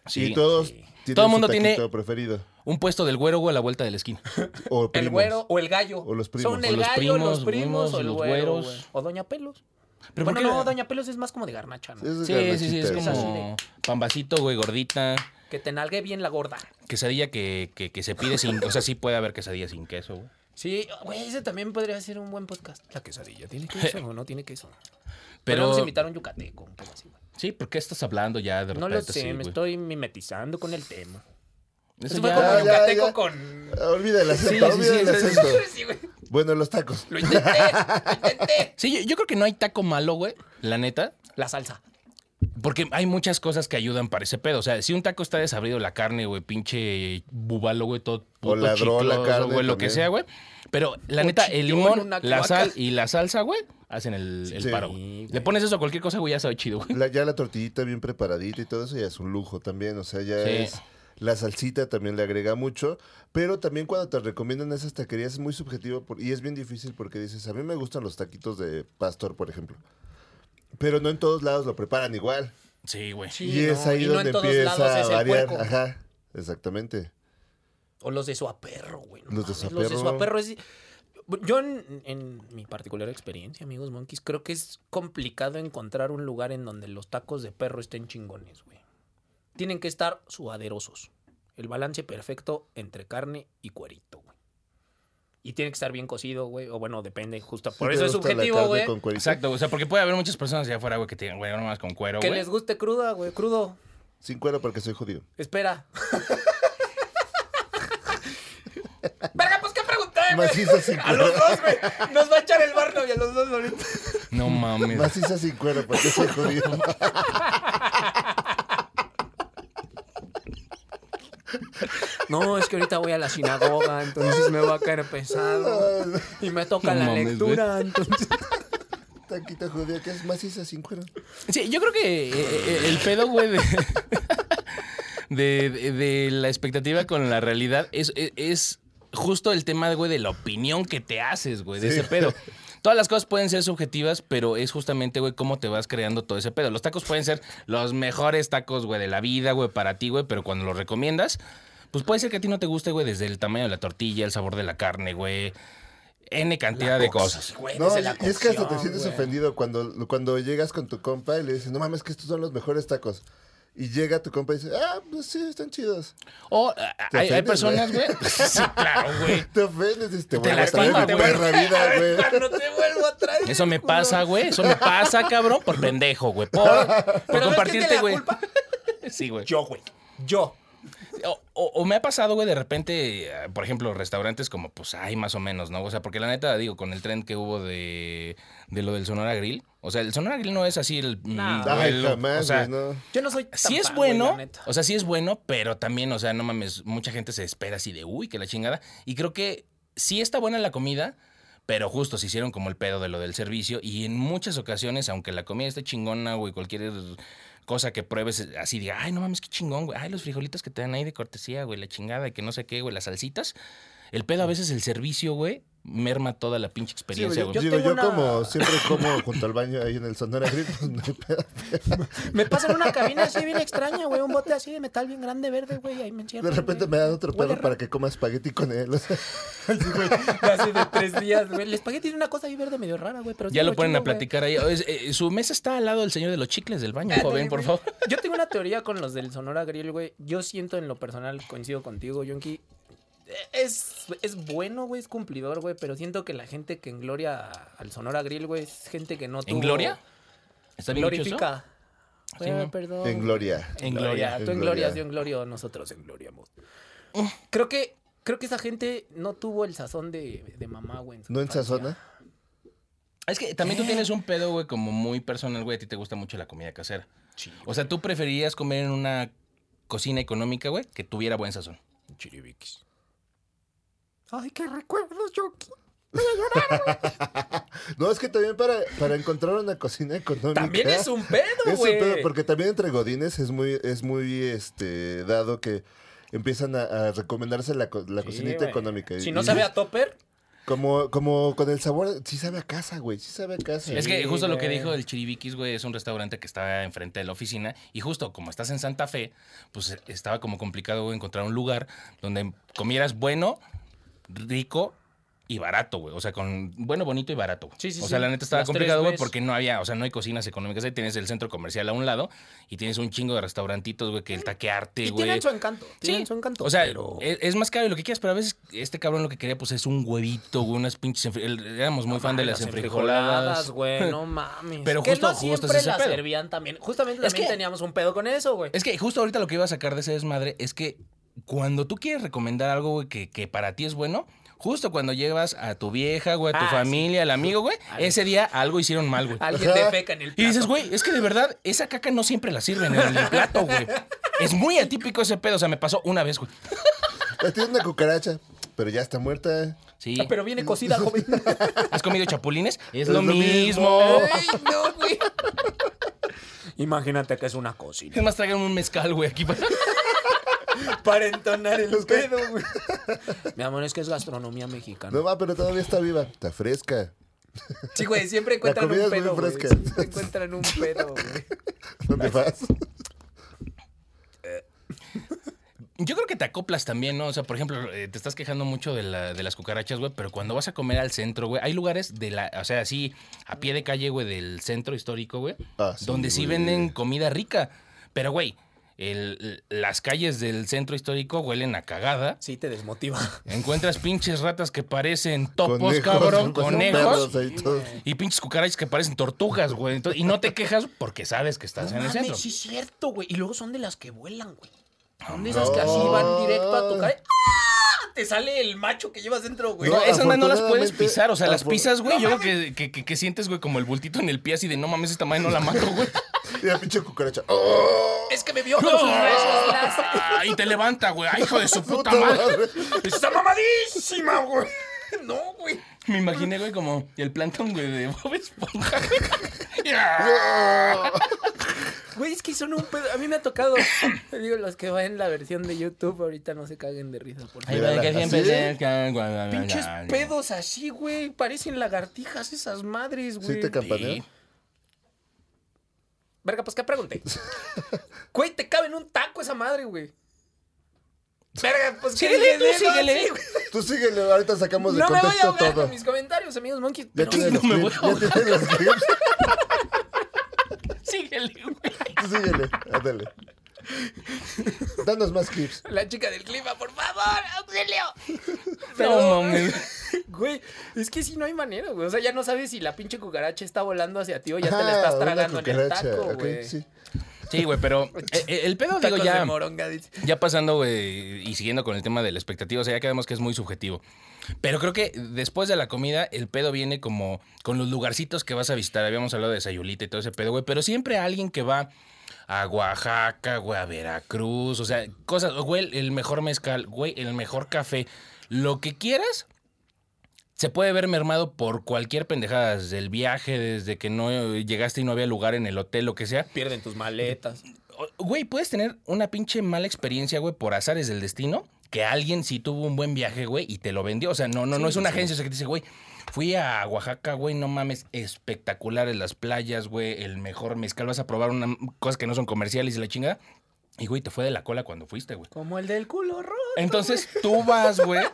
Speaker 2: Sí.
Speaker 4: y todos
Speaker 3: sí.
Speaker 4: tienen
Speaker 2: Todo
Speaker 4: su
Speaker 2: mundo tiene-
Speaker 4: taquito preferido.
Speaker 2: Un puesto del güero, güey, a la vuelta de la esquina.
Speaker 4: O
Speaker 3: El
Speaker 4: primos.
Speaker 3: güero o el gallo.
Speaker 4: O los primos.
Speaker 3: Son
Speaker 2: O
Speaker 3: el
Speaker 2: los
Speaker 3: gallo,
Speaker 2: primos,
Speaker 3: los primos,
Speaker 2: güeros,
Speaker 3: o el
Speaker 2: los
Speaker 3: güero,
Speaker 2: güeros.
Speaker 3: güey. O Doña Pelos.
Speaker 2: Pero ¿por
Speaker 3: bueno,
Speaker 2: qué
Speaker 3: no,
Speaker 2: la-
Speaker 3: Doña Pelos es más como de garnacha, ¿no?
Speaker 4: Es de
Speaker 2: Sí, sí, sí, es
Speaker 4: garnachitas.
Speaker 2: como pambacito, güey, gordita.
Speaker 3: Que te nalgue bien la gorda.
Speaker 2: Quesadilla que, que, que se pide sin. O sea, sí puede haber quesadilla sin queso, güey.
Speaker 3: Sí, güey, ese también podría ser un buen podcast. La quesadilla, ¿tiene queso o no tiene queso? Pero
Speaker 2: Pero.
Speaker 3: vamos a invitar a un yucateco, un pedo así, güey.
Speaker 2: Sí, ¿por qué estás hablando ya de
Speaker 3: No
Speaker 2: repente?
Speaker 3: lo sé,
Speaker 2: así,
Speaker 3: me
Speaker 2: güey?
Speaker 3: estoy mimetizando con el tema.
Speaker 2: Eso
Speaker 3: Eso fue
Speaker 2: ya-
Speaker 3: como
Speaker 4: ya,
Speaker 3: yucateco
Speaker 4: ya.
Speaker 3: con...
Speaker 4: Olvida el
Speaker 2: Sí,
Speaker 4: acento,
Speaker 2: sí, sí,
Speaker 4: olvida el
Speaker 2: sí, sí,
Speaker 4: acento.
Speaker 3: Sí, güey.
Speaker 4: Bueno, los tacos.
Speaker 3: Lo intenté, lo intenté.
Speaker 2: Sí, yo, yo creo que no hay taco malo, güey. La neta.
Speaker 3: La salsa.
Speaker 2: Porque hay muchas cosas que ayudan para ese pedo. O sea, si un taco está desabrido, la carne, güey, pinche bubalo, güey, todo. puto
Speaker 4: ladró la
Speaker 2: chicloso,
Speaker 4: carne
Speaker 2: güey, lo que
Speaker 4: también.
Speaker 2: sea, güey. Pero la neta, el
Speaker 3: chillón,
Speaker 2: limón,
Speaker 3: una
Speaker 2: la
Speaker 3: cloaca.
Speaker 2: sal y la salsa, güey, hacen el, el
Speaker 4: Sí.
Speaker 2: paro. güey. Le pones eso a cualquier cosa, güey, ya sabe chido, güey.
Speaker 4: La- ya la tortillita bien preparadita y todo eso ya es un lujo también. O sea, ya
Speaker 2: Sí.
Speaker 4: es. La salsita también le agrega mucho, pero también cuando te recomiendan esas taquerías es muy subjetivo por- y es bien difícil porque dices, a mí me gustan los taquitos de pastor, por ejemplo. Pero no en todos lados lo preparan igual.
Speaker 2: Sí, güey.
Speaker 3: Sí,
Speaker 4: y es
Speaker 3: no,
Speaker 4: ahí
Speaker 3: y no en
Speaker 4: donde
Speaker 3: todos
Speaker 4: empieza
Speaker 3: lados es
Speaker 4: a
Speaker 3: el
Speaker 4: variar.
Speaker 3: puerco.
Speaker 4: Ajá, exactamente.
Speaker 3: O los de suaperro, güey. no
Speaker 4: Los de
Speaker 3: mames, Los de
Speaker 4: suaperro.
Speaker 3: suaperro es... Yo, en, en mi particular experiencia, amigos monkeys, creo que es complicado encontrar un lugar en donde los tacos de perro estén chingones, güey. Tienen que estar suaderosos. El balance perfecto entre carne y cuerito, güey. Y tiene que estar bien cocido, güey. O bueno, depende, justo. Por
Speaker 4: ¿Sí
Speaker 3: eso
Speaker 4: te
Speaker 3: es
Speaker 4: gusta la
Speaker 3: subjetivo,
Speaker 4: carne
Speaker 3: güey.
Speaker 4: con cuerito?
Speaker 2: Exacto, o sea, porque puede haber muchas personas allá afuera, güey, que tienen, güey, no más con cuero,
Speaker 3: Que
Speaker 2: güey.
Speaker 3: les guste cruda, güey. Crudo.
Speaker 4: Sin cuero porque soy judío.
Speaker 3: Espera. Verga, pues qué pregunté, güey.
Speaker 4: Maciza sin
Speaker 3: A los
Speaker 4: cuero.
Speaker 3: dos, güey. Nos va a echar el barno y a los dos ahorita.
Speaker 2: No mames.
Speaker 4: Maciza sin cuero porque soy judío.
Speaker 3: No, es que ahorita voy a la sinagoga, entonces me va a caer pesado. Y me toca
Speaker 2: No
Speaker 3: la
Speaker 2: mames,
Speaker 3: lectura, entonces.
Speaker 4: Taquito judío, ¿qué es maciza sin cuero?
Speaker 2: Sí, yo creo que eh, eh, el pedo, güey, de, de- de- de la expectativa con la realidad es, es- es justo el tema, güey, de la opinión que te haces, güey, de
Speaker 4: Sí.
Speaker 2: ese pedo. Todas las cosas pueden ser subjetivas, pero es justamente, güey, cómo te vas creando todo ese pedo. Los tacos pueden ser los mejores tacos, güey, de la vida, güey, para ti, güey, pero cuando los recomiendas, pues puede ser que a ti no te guste, güey, desde el tamaño de la tortilla, el sabor de la carne, güey, N cantidad de cosas.
Speaker 3: Güey,
Speaker 4: No,
Speaker 3: desde
Speaker 4: y
Speaker 3: la
Speaker 4: y es que hasta te
Speaker 3: cocción,
Speaker 4: sientes
Speaker 3: güey.
Speaker 4: ofendido cuando, cuando llegas con tu compa y le dices, no mames, que estos son los mejores tacos. Y llega tu compa y dice, ah, pues sí, están chidos.
Speaker 2: O a- a-
Speaker 4: Te
Speaker 2: hay, hay
Speaker 4: ofendes, güey.
Speaker 2: personas, güey. Sí, claro, güey.
Speaker 4: Te ofendes, dices, te voy a
Speaker 2: lastima,
Speaker 4: traer mi
Speaker 2: te voy a-
Speaker 4: perra vida, güey.
Speaker 3: No te vuelvo a traer.
Speaker 2: Eso me
Speaker 3: culo.
Speaker 2: pasa, güey. Eso me pasa, cabrón, por pendejo, güey. Por, por
Speaker 3: Pero ¿ves quién tiene
Speaker 2: compartirte,
Speaker 3: la
Speaker 2: güey.
Speaker 3: culpa?
Speaker 2: Sí, güey.
Speaker 3: Yo, güey. Yo.
Speaker 2: O, o- o me ha pasado, güey, de repente, eh, por ejemplo, restaurantes como, pues, hay más o menos, ¿no? O sea, porque la neta, digo, con el tren que hubo de, de lo del Sonora Grill. O sea, el Sonora Grill no es así el...
Speaker 3: No.
Speaker 2: el-
Speaker 4: Ay,
Speaker 2: el-
Speaker 4: jamás,
Speaker 2: o sea,
Speaker 4: güey, no.
Speaker 3: Yo no soy. tan
Speaker 2: Sí es
Speaker 3: fan, güey,
Speaker 2: bueno,
Speaker 3: la neta.
Speaker 2: o sea, sí es bueno, pero también, o sea, no mames, mucha gente se espera así de, uy, que la chingada. Y creo que sí está buena la comida, pero justo se hicieron como el pedo de lo del servicio. Y en muchas ocasiones, aunque la comida esté chingona, güey, cualquier cosa que pruebes, así diga, ay, no mames, qué chingón, güey. Ay, los frijolitos que te dan ahí de cortesía, güey, la chingada, y que no sé qué, güey, las salsitas. El pedo a veces, el servicio, güey, merma toda la pinche
Speaker 4: Sí, güey,
Speaker 2: experiencia,
Speaker 4: yo,
Speaker 2: güey.
Speaker 4: digo,
Speaker 3: tengo
Speaker 4: yo
Speaker 3: una-
Speaker 4: como siempre como junto al baño ahí en el Sonora Grill, pues, no hay pedo.
Speaker 3: Me pasan una cabina así bien extraña, güey. Un bote así de metal bien grande, verde, güey. Ahí me encierro.
Speaker 4: de repente
Speaker 3: güey.
Speaker 4: me dan otro
Speaker 3: Huele
Speaker 4: perro
Speaker 3: raro.
Speaker 4: para que coma espagueti con él. o sea.
Speaker 3: Hace de tres días, güey. El espagueti es una cosa ahí verde medio rara, güey. Pero sí
Speaker 2: Ya lo
Speaker 3: está
Speaker 2: ponen
Speaker 3: chido,
Speaker 2: a
Speaker 3: güey.
Speaker 2: platicar ahí. "Oye, eh, su mesa está al lado del señor de los chicles del baño, joven, por favor.
Speaker 3: Yo tengo una teoría con los del Sonora Grill, güey. Yo siento en lo personal, coincido contigo, Yonki. Es, es bueno, güey, es cumplidor, güey, pero siento que la gente que engloria al Sonora Grill, güey, es gente que no tuvo...
Speaker 2: ¿En Gloria? ¿Está bien dicho eso?
Speaker 3: Glorifica.
Speaker 2: Sí,
Speaker 3: Güey,
Speaker 2: ¿no?
Speaker 3: perdón.
Speaker 4: en gloria.
Speaker 3: En gloria.
Speaker 4: En
Speaker 3: Tú en
Speaker 4: gloria.
Speaker 3: gloria, yo en gloria, nosotros en gloriamos. Creo que Creo que esa gente no tuvo el sazón de, de mamá, güey. su
Speaker 4: ¿No en
Speaker 3: infancia.
Speaker 4: Sazona?
Speaker 2: Es que también tú tienes un pedo, güey, como muy personal, güey. A ti te gusta mucho la comida casera. O sea, tú preferirías comer en una cocina económica, güey, que tuviera buen sazón. Chiribiquis.
Speaker 3: Ay, qué recuerdos, Yoki.
Speaker 4: No, es que también para, para encontrar una cocina económica.
Speaker 3: También es un pedo,
Speaker 4: Es un
Speaker 3: güey.
Speaker 4: pedo, porque también entre godines es muy, es muy este, dado que empiezan a, a recomendarse la, co- la
Speaker 3: Sí,
Speaker 4: cocinita
Speaker 3: güey.
Speaker 4: económica.
Speaker 3: Si
Speaker 4: Y-
Speaker 3: no
Speaker 4: y
Speaker 3: sabe a topper,
Speaker 4: Como, como con el sabor, sí sabe a casa, güey, sí sabe a casa.
Speaker 2: es que
Speaker 3: Sí,
Speaker 2: justo lo que
Speaker 3: güey.
Speaker 2: dijo el Chiribiquis, güey, es un restaurante que está enfrente de la oficina. Y justo como estás en Santa Fe, pues estaba como complicado, güey, encontrar un lugar donde comieras bueno, rico y barato, güey. O sea, con bueno, bonito y barato. güey.
Speaker 3: Sí, sí,
Speaker 2: o sea,
Speaker 3: sí.
Speaker 2: la neta estaba
Speaker 3: Las tres
Speaker 2: complicado, güey,
Speaker 3: Bs.
Speaker 2: porque no había, o sea, no hay cocinas económicas. Ahí tienes el centro comercial a un lado y tienes un chingo de restaurantitos, güey, que el taquearte,
Speaker 3: y
Speaker 2: güey.
Speaker 3: tienen su encanto.
Speaker 2: Sí.
Speaker 3: Tienen su encanto.
Speaker 2: O sea,
Speaker 3: pero-
Speaker 2: es, es más caro de lo que quieras, pero a veces este cabrón lo que quería pues es un huevito, güey, unas pinches... enfri- el- Éramos muy fan de las enfrijoladas.
Speaker 3: güey, no mames.
Speaker 2: Pero
Speaker 3: que
Speaker 2: justo-
Speaker 3: no
Speaker 2: justo es
Speaker 3: siempre
Speaker 2: ese
Speaker 3: las
Speaker 2: pedo.
Speaker 3: servían también. Justamente
Speaker 2: Es
Speaker 3: también
Speaker 2: que-
Speaker 3: teníamos un pedo con eso, güey.
Speaker 2: Es que justo ahorita lo que iba a sacar de ese desmadre es que cuando tú quieres recomendar algo, güey, que, que para ti es bueno, justo cuando llevas a tu vieja, güey, a tu
Speaker 3: Ah, sí.
Speaker 2: familia, al amigo, güey, ese día algo hicieron mal, güey.
Speaker 3: Alguien
Speaker 4: Ajá.
Speaker 3: defeca en el
Speaker 2: Y
Speaker 3: plato.
Speaker 2: dices, güey, es que de verdad, esa caca no siempre la sirven en el plato, güey. Es muy atípico ese pedo, o sea, me pasó una vez, güey.
Speaker 4: Ah, Tiene una cucaracha, pero ya está muerta.
Speaker 2: Sí.
Speaker 3: Ah, Pero viene cocida, joven.
Speaker 2: ¿Has comido chapulines? Es,
Speaker 4: Es
Speaker 2: lo,
Speaker 4: lo
Speaker 2: mismo.
Speaker 4: mismo.
Speaker 3: Ay, no, güey. Imagínate que es una cocina.
Speaker 2: Es más, traigan un mezcal, güey, aquí para...
Speaker 3: Para entonar el
Speaker 4: Es que-
Speaker 3: pedo, güey. Mi amor, es que es gastronomía mexicana.
Speaker 4: No va, pero todavía está viva, está fresca.
Speaker 3: Sí, güey, siempre encuentran
Speaker 4: comida
Speaker 3: un
Speaker 4: es muy
Speaker 3: pedo, güey.
Speaker 4: fresca.
Speaker 3: Siempre encuentran un pedo, güey.
Speaker 4: ¿Dónde vas?
Speaker 2: Yo creo que te acoplas también, ¿no? O sea, por ejemplo, eh, te estás quejando mucho de, la- de las cucarachas, güey, pero cuando vas a comer al centro, güey, hay lugares de la, o sea, así, a pie de calle, güey, del centro histórico, güey,
Speaker 4: Ah, sí,
Speaker 2: donde sí
Speaker 4: güey.
Speaker 2: venden comida rica. Pero, güey, el- las calles del centro histórico huelen a cagada.
Speaker 3: Sí, te desmotiva.
Speaker 2: Encuentras pinches ratas que parecen topos,
Speaker 4: Conejos,
Speaker 2: cabrón,
Speaker 4: con
Speaker 2: conejos.
Speaker 4: perros ahí, todo.
Speaker 2: Y pinches cucarachas que parecen tortugas, güey. Entonces- Y no te quejas porque sabes que estás en el
Speaker 3: Mames,
Speaker 2: centro.
Speaker 3: sí es cierto, güey. Y luego son de las que vuelan, güey. Son de
Speaker 2: No.
Speaker 3: esas que así van directo a tu cara. ¡Ah! Te sale el macho que llevas dentro, güey.
Speaker 2: No,
Speaker 4: No,
Speaker 2: esas más no las puedes
Speaker 4: afortunadamente-
Speaker 2: pisar, o sea, las
Speaker 4: afor-
Speaker 2: pisas, güey. yo creo que, que, que- que sientes, güey, como el bultito en el pie así de no mames, esta madre no la mato, güey.
Speaker 4: Y la pinche cucaracha. ¡Oh!
Speaker 3: Es que me vio con sus besos láser.
Speaker 2: Y te levanta, güey. Ay, hijo de su puta
Speaker 4: Puta
Speaker 2: madre.
Speaker 4: madre.
Speaker 3: ¡Está mamadísima, güey! No, güey.
Speaker 2: Me imaginé, güey, como el plantón, güey, de Bob Esponja.
Speaker 3: Güey, es que son un pedo. A mí me ha tocado. Digo, los que ven la versión de YouTube ahorita no se caguen de risa, por favor.
Speaker 4: Ay, va, que siempre
Speaker 3: Pinches pedos así, güey. Parecen lagartijas esas madres, güey.
Speaker 4: ¿Sí te campaneo?
Speaker 3: Verga, pues qué pregunté. Güey, te cabe en un taco esa madre, güey. Verga, pues qué
Speaker 2: Síguele, tú
Speaker 3: dije, ¿no?
Speaker 2: síguele.
Speaker 3: Sí, güey.
Speaker 4: Tú síguele, ahorita sacamos de
Speaker 3: No me voy a
Speaker 4: contexto
Speaker 3: ahogar
Speaker 4: todo.
Speaker 3: con mis comentarios, amigos monkeys.
Speaker 4: Ya
Speaker 3: Pero
Speaker 4: tiene los
Speaker 2: No me
Speaker 4: clips,
Speaker 2: voy a
Speaker 4: ya tiene los clips.
Speaker 2: Síguele, güey.
Speaker 4: Tú síguele, ándale. Danos más clips.
Speaker 3: la chica del clima, por favor, auxilio.
Speaker 2: No mames.
Speaker 3: Güey, es que si no hay manera, güey. O sea, ya no sabes si la pinche cucaracha está volando hacia ti o ya te la
Speaker 4: Ah,
Speaker 3: estás
Speaker 4: una
Speaker 3: tragando en el
Speaker 4: cucaracha,
Speaker 3: taco,
Speaker 4: ok,
Speaker 3: güey.
Speaker 4: sí.
Speaker 2: Sí, güey, pero eh, eh, el pedo, digo,
Speaker 3: Tacos
Speaker 2: ya.
Speaker 3: de moronga, dice.
Speaker 2: Ya pasando güey, y siguiendo con el tema de la expectativa, o sea, ya quedamos que es muy subjetivo. Pero creo que después de la comida, el pedo viene como con los lugarcitos que vas a visitar. Habíamos hablado de Sayulita y todo ese pedo, güey. Pero siempre alguien que va a Oaxaca, güey, a Veracruz, o sea, cosas, güey, el mejor mezcal, güey, el mejor café, lo que quieras. Se puede ver mermado por cualquier pendejada, desde el viaje, desde que no llegaste y no había lugar en el hotel, lo que sea.
Speaker 3: Pierden tus maletas.
Speaker 2: O- Güey, puedes tener una pinche mala experiencia, güey, por azares del destino, que alguien sí tuvo un buen viaje, güey, y te lo vendió. O sea, no, no, no es una agencia, o sea, que te dice, güey, fui a Oaxaca, güey, no mames, espectaculares las playas, güey, el mejor mezcal, vas a probar una, cosas que no son comerciales y la chingada. Y, güey, te fue de la cola cuando fuiste, güey.
Speaker 3: Como el del culo rojo.
Speaker 2: Entonces tú vas, güey.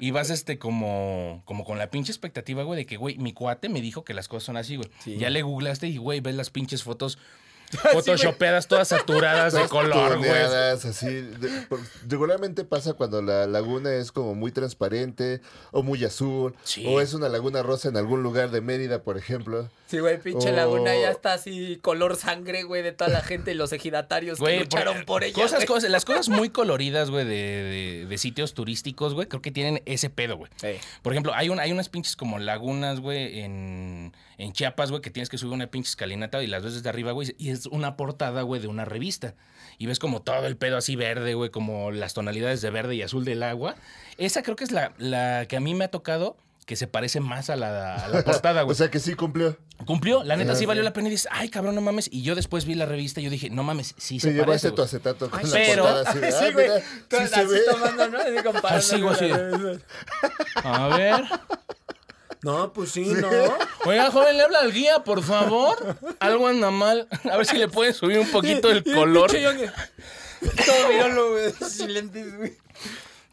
Speaker 2: Y vas este como, como con la pinche expectativa, güey, de que, güey, mi cuate me dijo que las cosas son así, güey.
Speaker 3: Sí.
Speaker 2: Ya le googlaste y, güey, ves las pinches fotos photoshopeadas todas saturadas de color, güey.
Speaker 4: Tuneadas, así. de- por- regularmente pasa cuando la laguna es como muy transparente o muy azul.
Speaker 2: Sí.
Speaker 4: O es una laguna rosa en algún lugar de Mérida, por ejemplo.
Speaker 3: Sí, güey, pinche
Speaker 4: Oh.
Speaker 3: laguna ya está así color sangre, güey, de toda la gente y los ejidatarios
Speaker 2: Güey, e,
Speaker 3: que lucharon por, ella.
Speaker 2: Cosas,
Speaker 3: güey.
Speaker 2: cosas- las cosas muy coloridas, güey, de, de- de sitios turísticos, güey, creo que tienen ese pedo, güey.
Speaker 3: Eh.
Speaker 2: Por ejemplo, hay, un- hay unas pinches como lagunas, güey, en, en Chiapas, güey, que tienes que subir una pinche escalinata y las ves desde arriba, güey, y es una portada, güey, de una revista. Y ves como todo el pedo así verde, güey, como las tonalidades de verde y azul del agua. Esa creo que es la, la que a mí me ha tocado que se parece más a la, a la portada, güey.
Speaker 4: O sea que sí cumplió.
Speaker 2: Cumplió, la neta
Speaker 4: Ah,
Speaker 2: sí
Speaker 4: sí.
Speaker 2: valió la pena y dices, ay cabrón, no mames. Y yo después vi la revista y yo dije, no mames, sí se
Speaker 4: Te
Speaker 2: parece.
Speaker 4: llevaste tu
Speaker 2: güey".
Speaker 4: acetato con
Speaker 2: Ay,
Speaker 4: la
Speaker 2: pero-
Speaker 4: portada así. de,
Speaker 3: Sí,
Speaker 4: "Ah,
Speaker 3: güey.
Speaker 4: mira,
Speaker 3: todo
Speaker 4: sí se
Speaker 3: así
Speaker 4: ve.
Speaker 3: tomando, ¿no? Así comparando
Speaker 2: Así, güey, así de- A ver.
Speaker 3: No, pues sí, no.
Speaker 2: Oiga, joven, le habla al guía, por favor. Algo anda mal. A ver si le pueden subir un poquito el color.
Speaker 3: Pinche Yonge. Todo virolo, güey. Sin lentes, güey.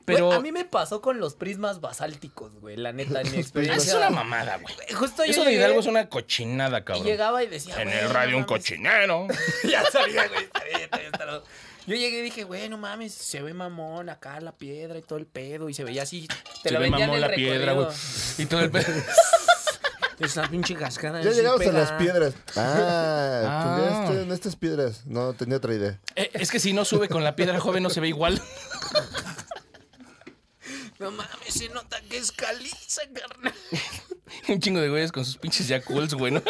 Speaker 2: Pero-
Speaker 3: Güey, a mí me pasó con los prismas basálticos, güey, la neta, en mi
Speaker 2: Ah,
Speaker 3: experiencia.
Speaker 2: Es una mamada, güey.
Speaker 3: Justo yo
Speaker 2: Eso de
Speaker 3: llegué
Speaker 2: Hidalgo es una cochinada,
Speaker 3: y
Speaker 2: cabrón.
Speaker 3: llegaba y decía,
Speaker 2: En
Speaker 3: güey,
Speaker 2: el
Speaker 3: no
Speaker 2: radio un
Speaker 3: mames.
Speaker 2: cochinero.
Speaker 3: ya sabía, güey. está bien, está bien, está bien. Yo llegué y dije, güey, no mames, se ve mamón acá la piedra y todo el pedo. Y se veía así. Te
Speaker 2: Se
Speaker 3: lo
Speaker 2: ve
Speaker 3: vendían
Speaker 2: mamón
Speaker 3: el
Speaker 2: la piedra, güey.
Speaker 3: recorrido.
Speaker 2: Y todo el pedo.
Speaker 3: Esa pinche cascada.
Speaker 4: Ya
Speaker 3: sí
Speaker 4: llegamos a
Speaker 3: pega.
Speaker 4: las piedras. Ah,
Speaker 2: Ah.
Speaker 4: pues ya estoy en estas piedras. No, tenía otra idea.
Speaker 2: Eh, Es que si no sube con la piedra, joven, no se ve igual.
Speaker 3: No mames, se nota que es caliza, carnal.
Speaker 2: Un chingo de güeyes con sus pinches Yakults, güey. ¿no?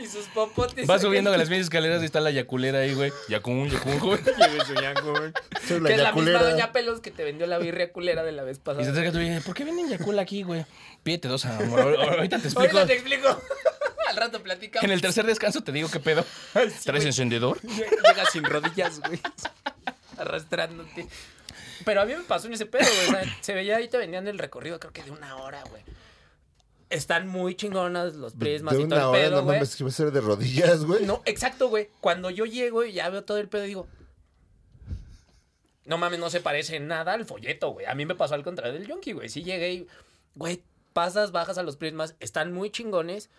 Speaker 3: y sus popotes.
Speaker 2: Va subiendo a las mismas escaleras y está la Yaculera ahí, güey. Yacun, Yacun, güey.
Speaker 4: Soy
Speaker 3: Que
Speaker 4: la
Speaker 3: es la misma
Speaker 4: yaculera.
Speaker 3: doña Pelos que te vendió la birria culera de la vez
Speaker 2: Y se
Speaker 3: pasada.
Speaker 2: acerca tú y dice, ¿por qué vienen Yacul aquí, güey? Pídete dos, amor. Ahor- Ahorita te explico.
Speaker 3: Ahorita te explico. Al rato platicamos.
Speaker 2: En el tercer descanso te digo qué pedo. ¿Traes encendedor?
Speaker 3: Llega sin rodillas, güey. Arrastrándote. Pero a mí me pasó en ese pedo, güey. o sea, se veía ahí, te vendían el recorrido, creo que de una hora, güey. Están muy chingonas los prismas
Speaker 4: De
Speaker 3: y todo
Speaker 4: una
Speaker 3: el
Speaker 4: hora,
Speaker 3: pedo,
Speaker 4: no
Speaker 3: güey.
Speaker 4: mames, que va a ser de rodillas, güey.
Speaker 3: No, exacto, güey. Cuando yo llego y ya veo todo el pedo, digo. No mames, no se parece en nada al folleto, güey. A mí me pasó al contrario del Yonki, güey. Sí llegué y, güey, pasas, bajas a los prismas, están muy chingones.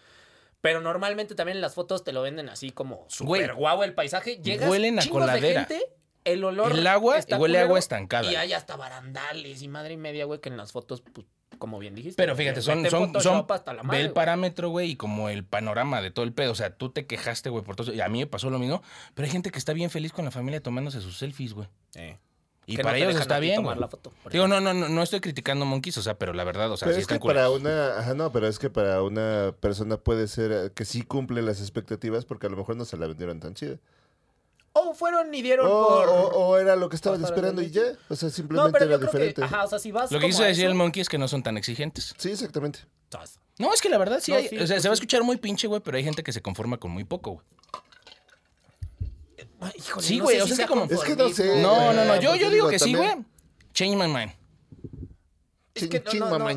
Speaker 3: Pero normalmente también en las fotos te lo venden así como
Speaker 2: Güey,
Speaker 3: súper guau el paisaje. Llegas,
Speaker 2: huelen a
Speaker 3: chingos de
Speaker 2: coladera.
Speaker 3: gente, el olor.
Speaker 2: El agua,
Speaker 3: está
Speaker 2: huele a
Speaker 3: culero,
Speaker 2: agua estancada.
Speaker 3: Y hay hasta barandales y madre y media, güey, que en las fotos, pues, como bien dijiste.
Speaker 2: Pero
Speaker 3: de
Speaker 2: fíjate, son,
Speaker 3: repente
Speaker 2: son, son
Speaker 3: Photoshop hasta la madre,
Speaker 2: ve el
Speaker 3: güey.
Speaker 2: parámetro, güey, y como el panorama de todo el pedo. O sea, tú te quejaste, güey, por todo eso. Y a mí me pasó lo mismo. Pero hay gente que está bien feliz con la familia tomándose sus selfies, güey. Y
Speaker 3: Que no
Speaker 2: para
Speaker 3: te
Speaker 2: ellos
Speaker 3: dejan a
Speaker 2: está
Speaker 3: ti
Speaker 2: bien,
Speaker 3: tomar
Speaker 2: güey.
Speaker 3: la foto, por
Speaker 2: Digo, no, no, no, no estoy criticando monkeys, o sea, pero la verdad, o sea,
Speaker 4: Pero
Speaker 2: sí
Speaker 4: es que
Speaker 2: están culeros.
Speaker 4: para una, ajá, no, pero es que para una persona puede ser eh, que sí cumple las expectativas porque a lo mejor no se la vendieron tan chida.
Speaker 3: O fueron y
Speaker 4: O,
Speaker 3: dieron por.
Speaker 4: o- o era lo que estabas
Speaker 3: por-
Speaker 4: esperando y ya, o sea,
Speaker 3: no,
Speaker 4: simplemente
Speaker 3: pero
Speaker 4: era
Speaker 3: yo creo
Speaker 4: diferente.
Speaker 3: que. Ajá, o sea, si vas.
Speaker 2: Lo que
Speaker 3: como
Speaker 2: quiso
Speaker 3: a
Speaker 2: decir
Speaker 3: eso,
Speaker 2: el monkey es que no son tan exigentes.
Speaker 4: Sí, exactamente.
Speaker 3: estás-
Speaker 2: No, es que la verdad sí
Speaker 3: No,
Speaker 2: hay.
Speaker 3: sí,
Speaker 2: o sea,
Speaker 3: pues
Speaker 2: se va a
Speaker 3: sí.
Speaker 2: escuchar muy pinche, güey, pero hay gente que se conforma con muy poco, güey.
Speaker 3: Ay, híjole,
Speaker 2: Sí,
Speaker 3: no
Speaker 2: güey,
Speaker 3: sé
Speaker 2: o
Speaker 3: si
Speaker 2: sea,
Speaker 3: sea
Speaker 2: es que como-
Speaker 4: Es que no sé.
Speaker 3: conformismo.
Speaker 2: No, no, no.
Speaker 4: Eh,
Speaker 2: Yo,
Speaker 4: pues
Speaker 2: yo digo
Speaker 4: yo digo
Speaker 2: que sí, güey.
Speaker 4: también-
Speaker 2: Change my mind.
Speaker 3: Es que no, no,
Speaker 4: Chin, chin,
Speaker 3: no.
Speaker 4: mamá.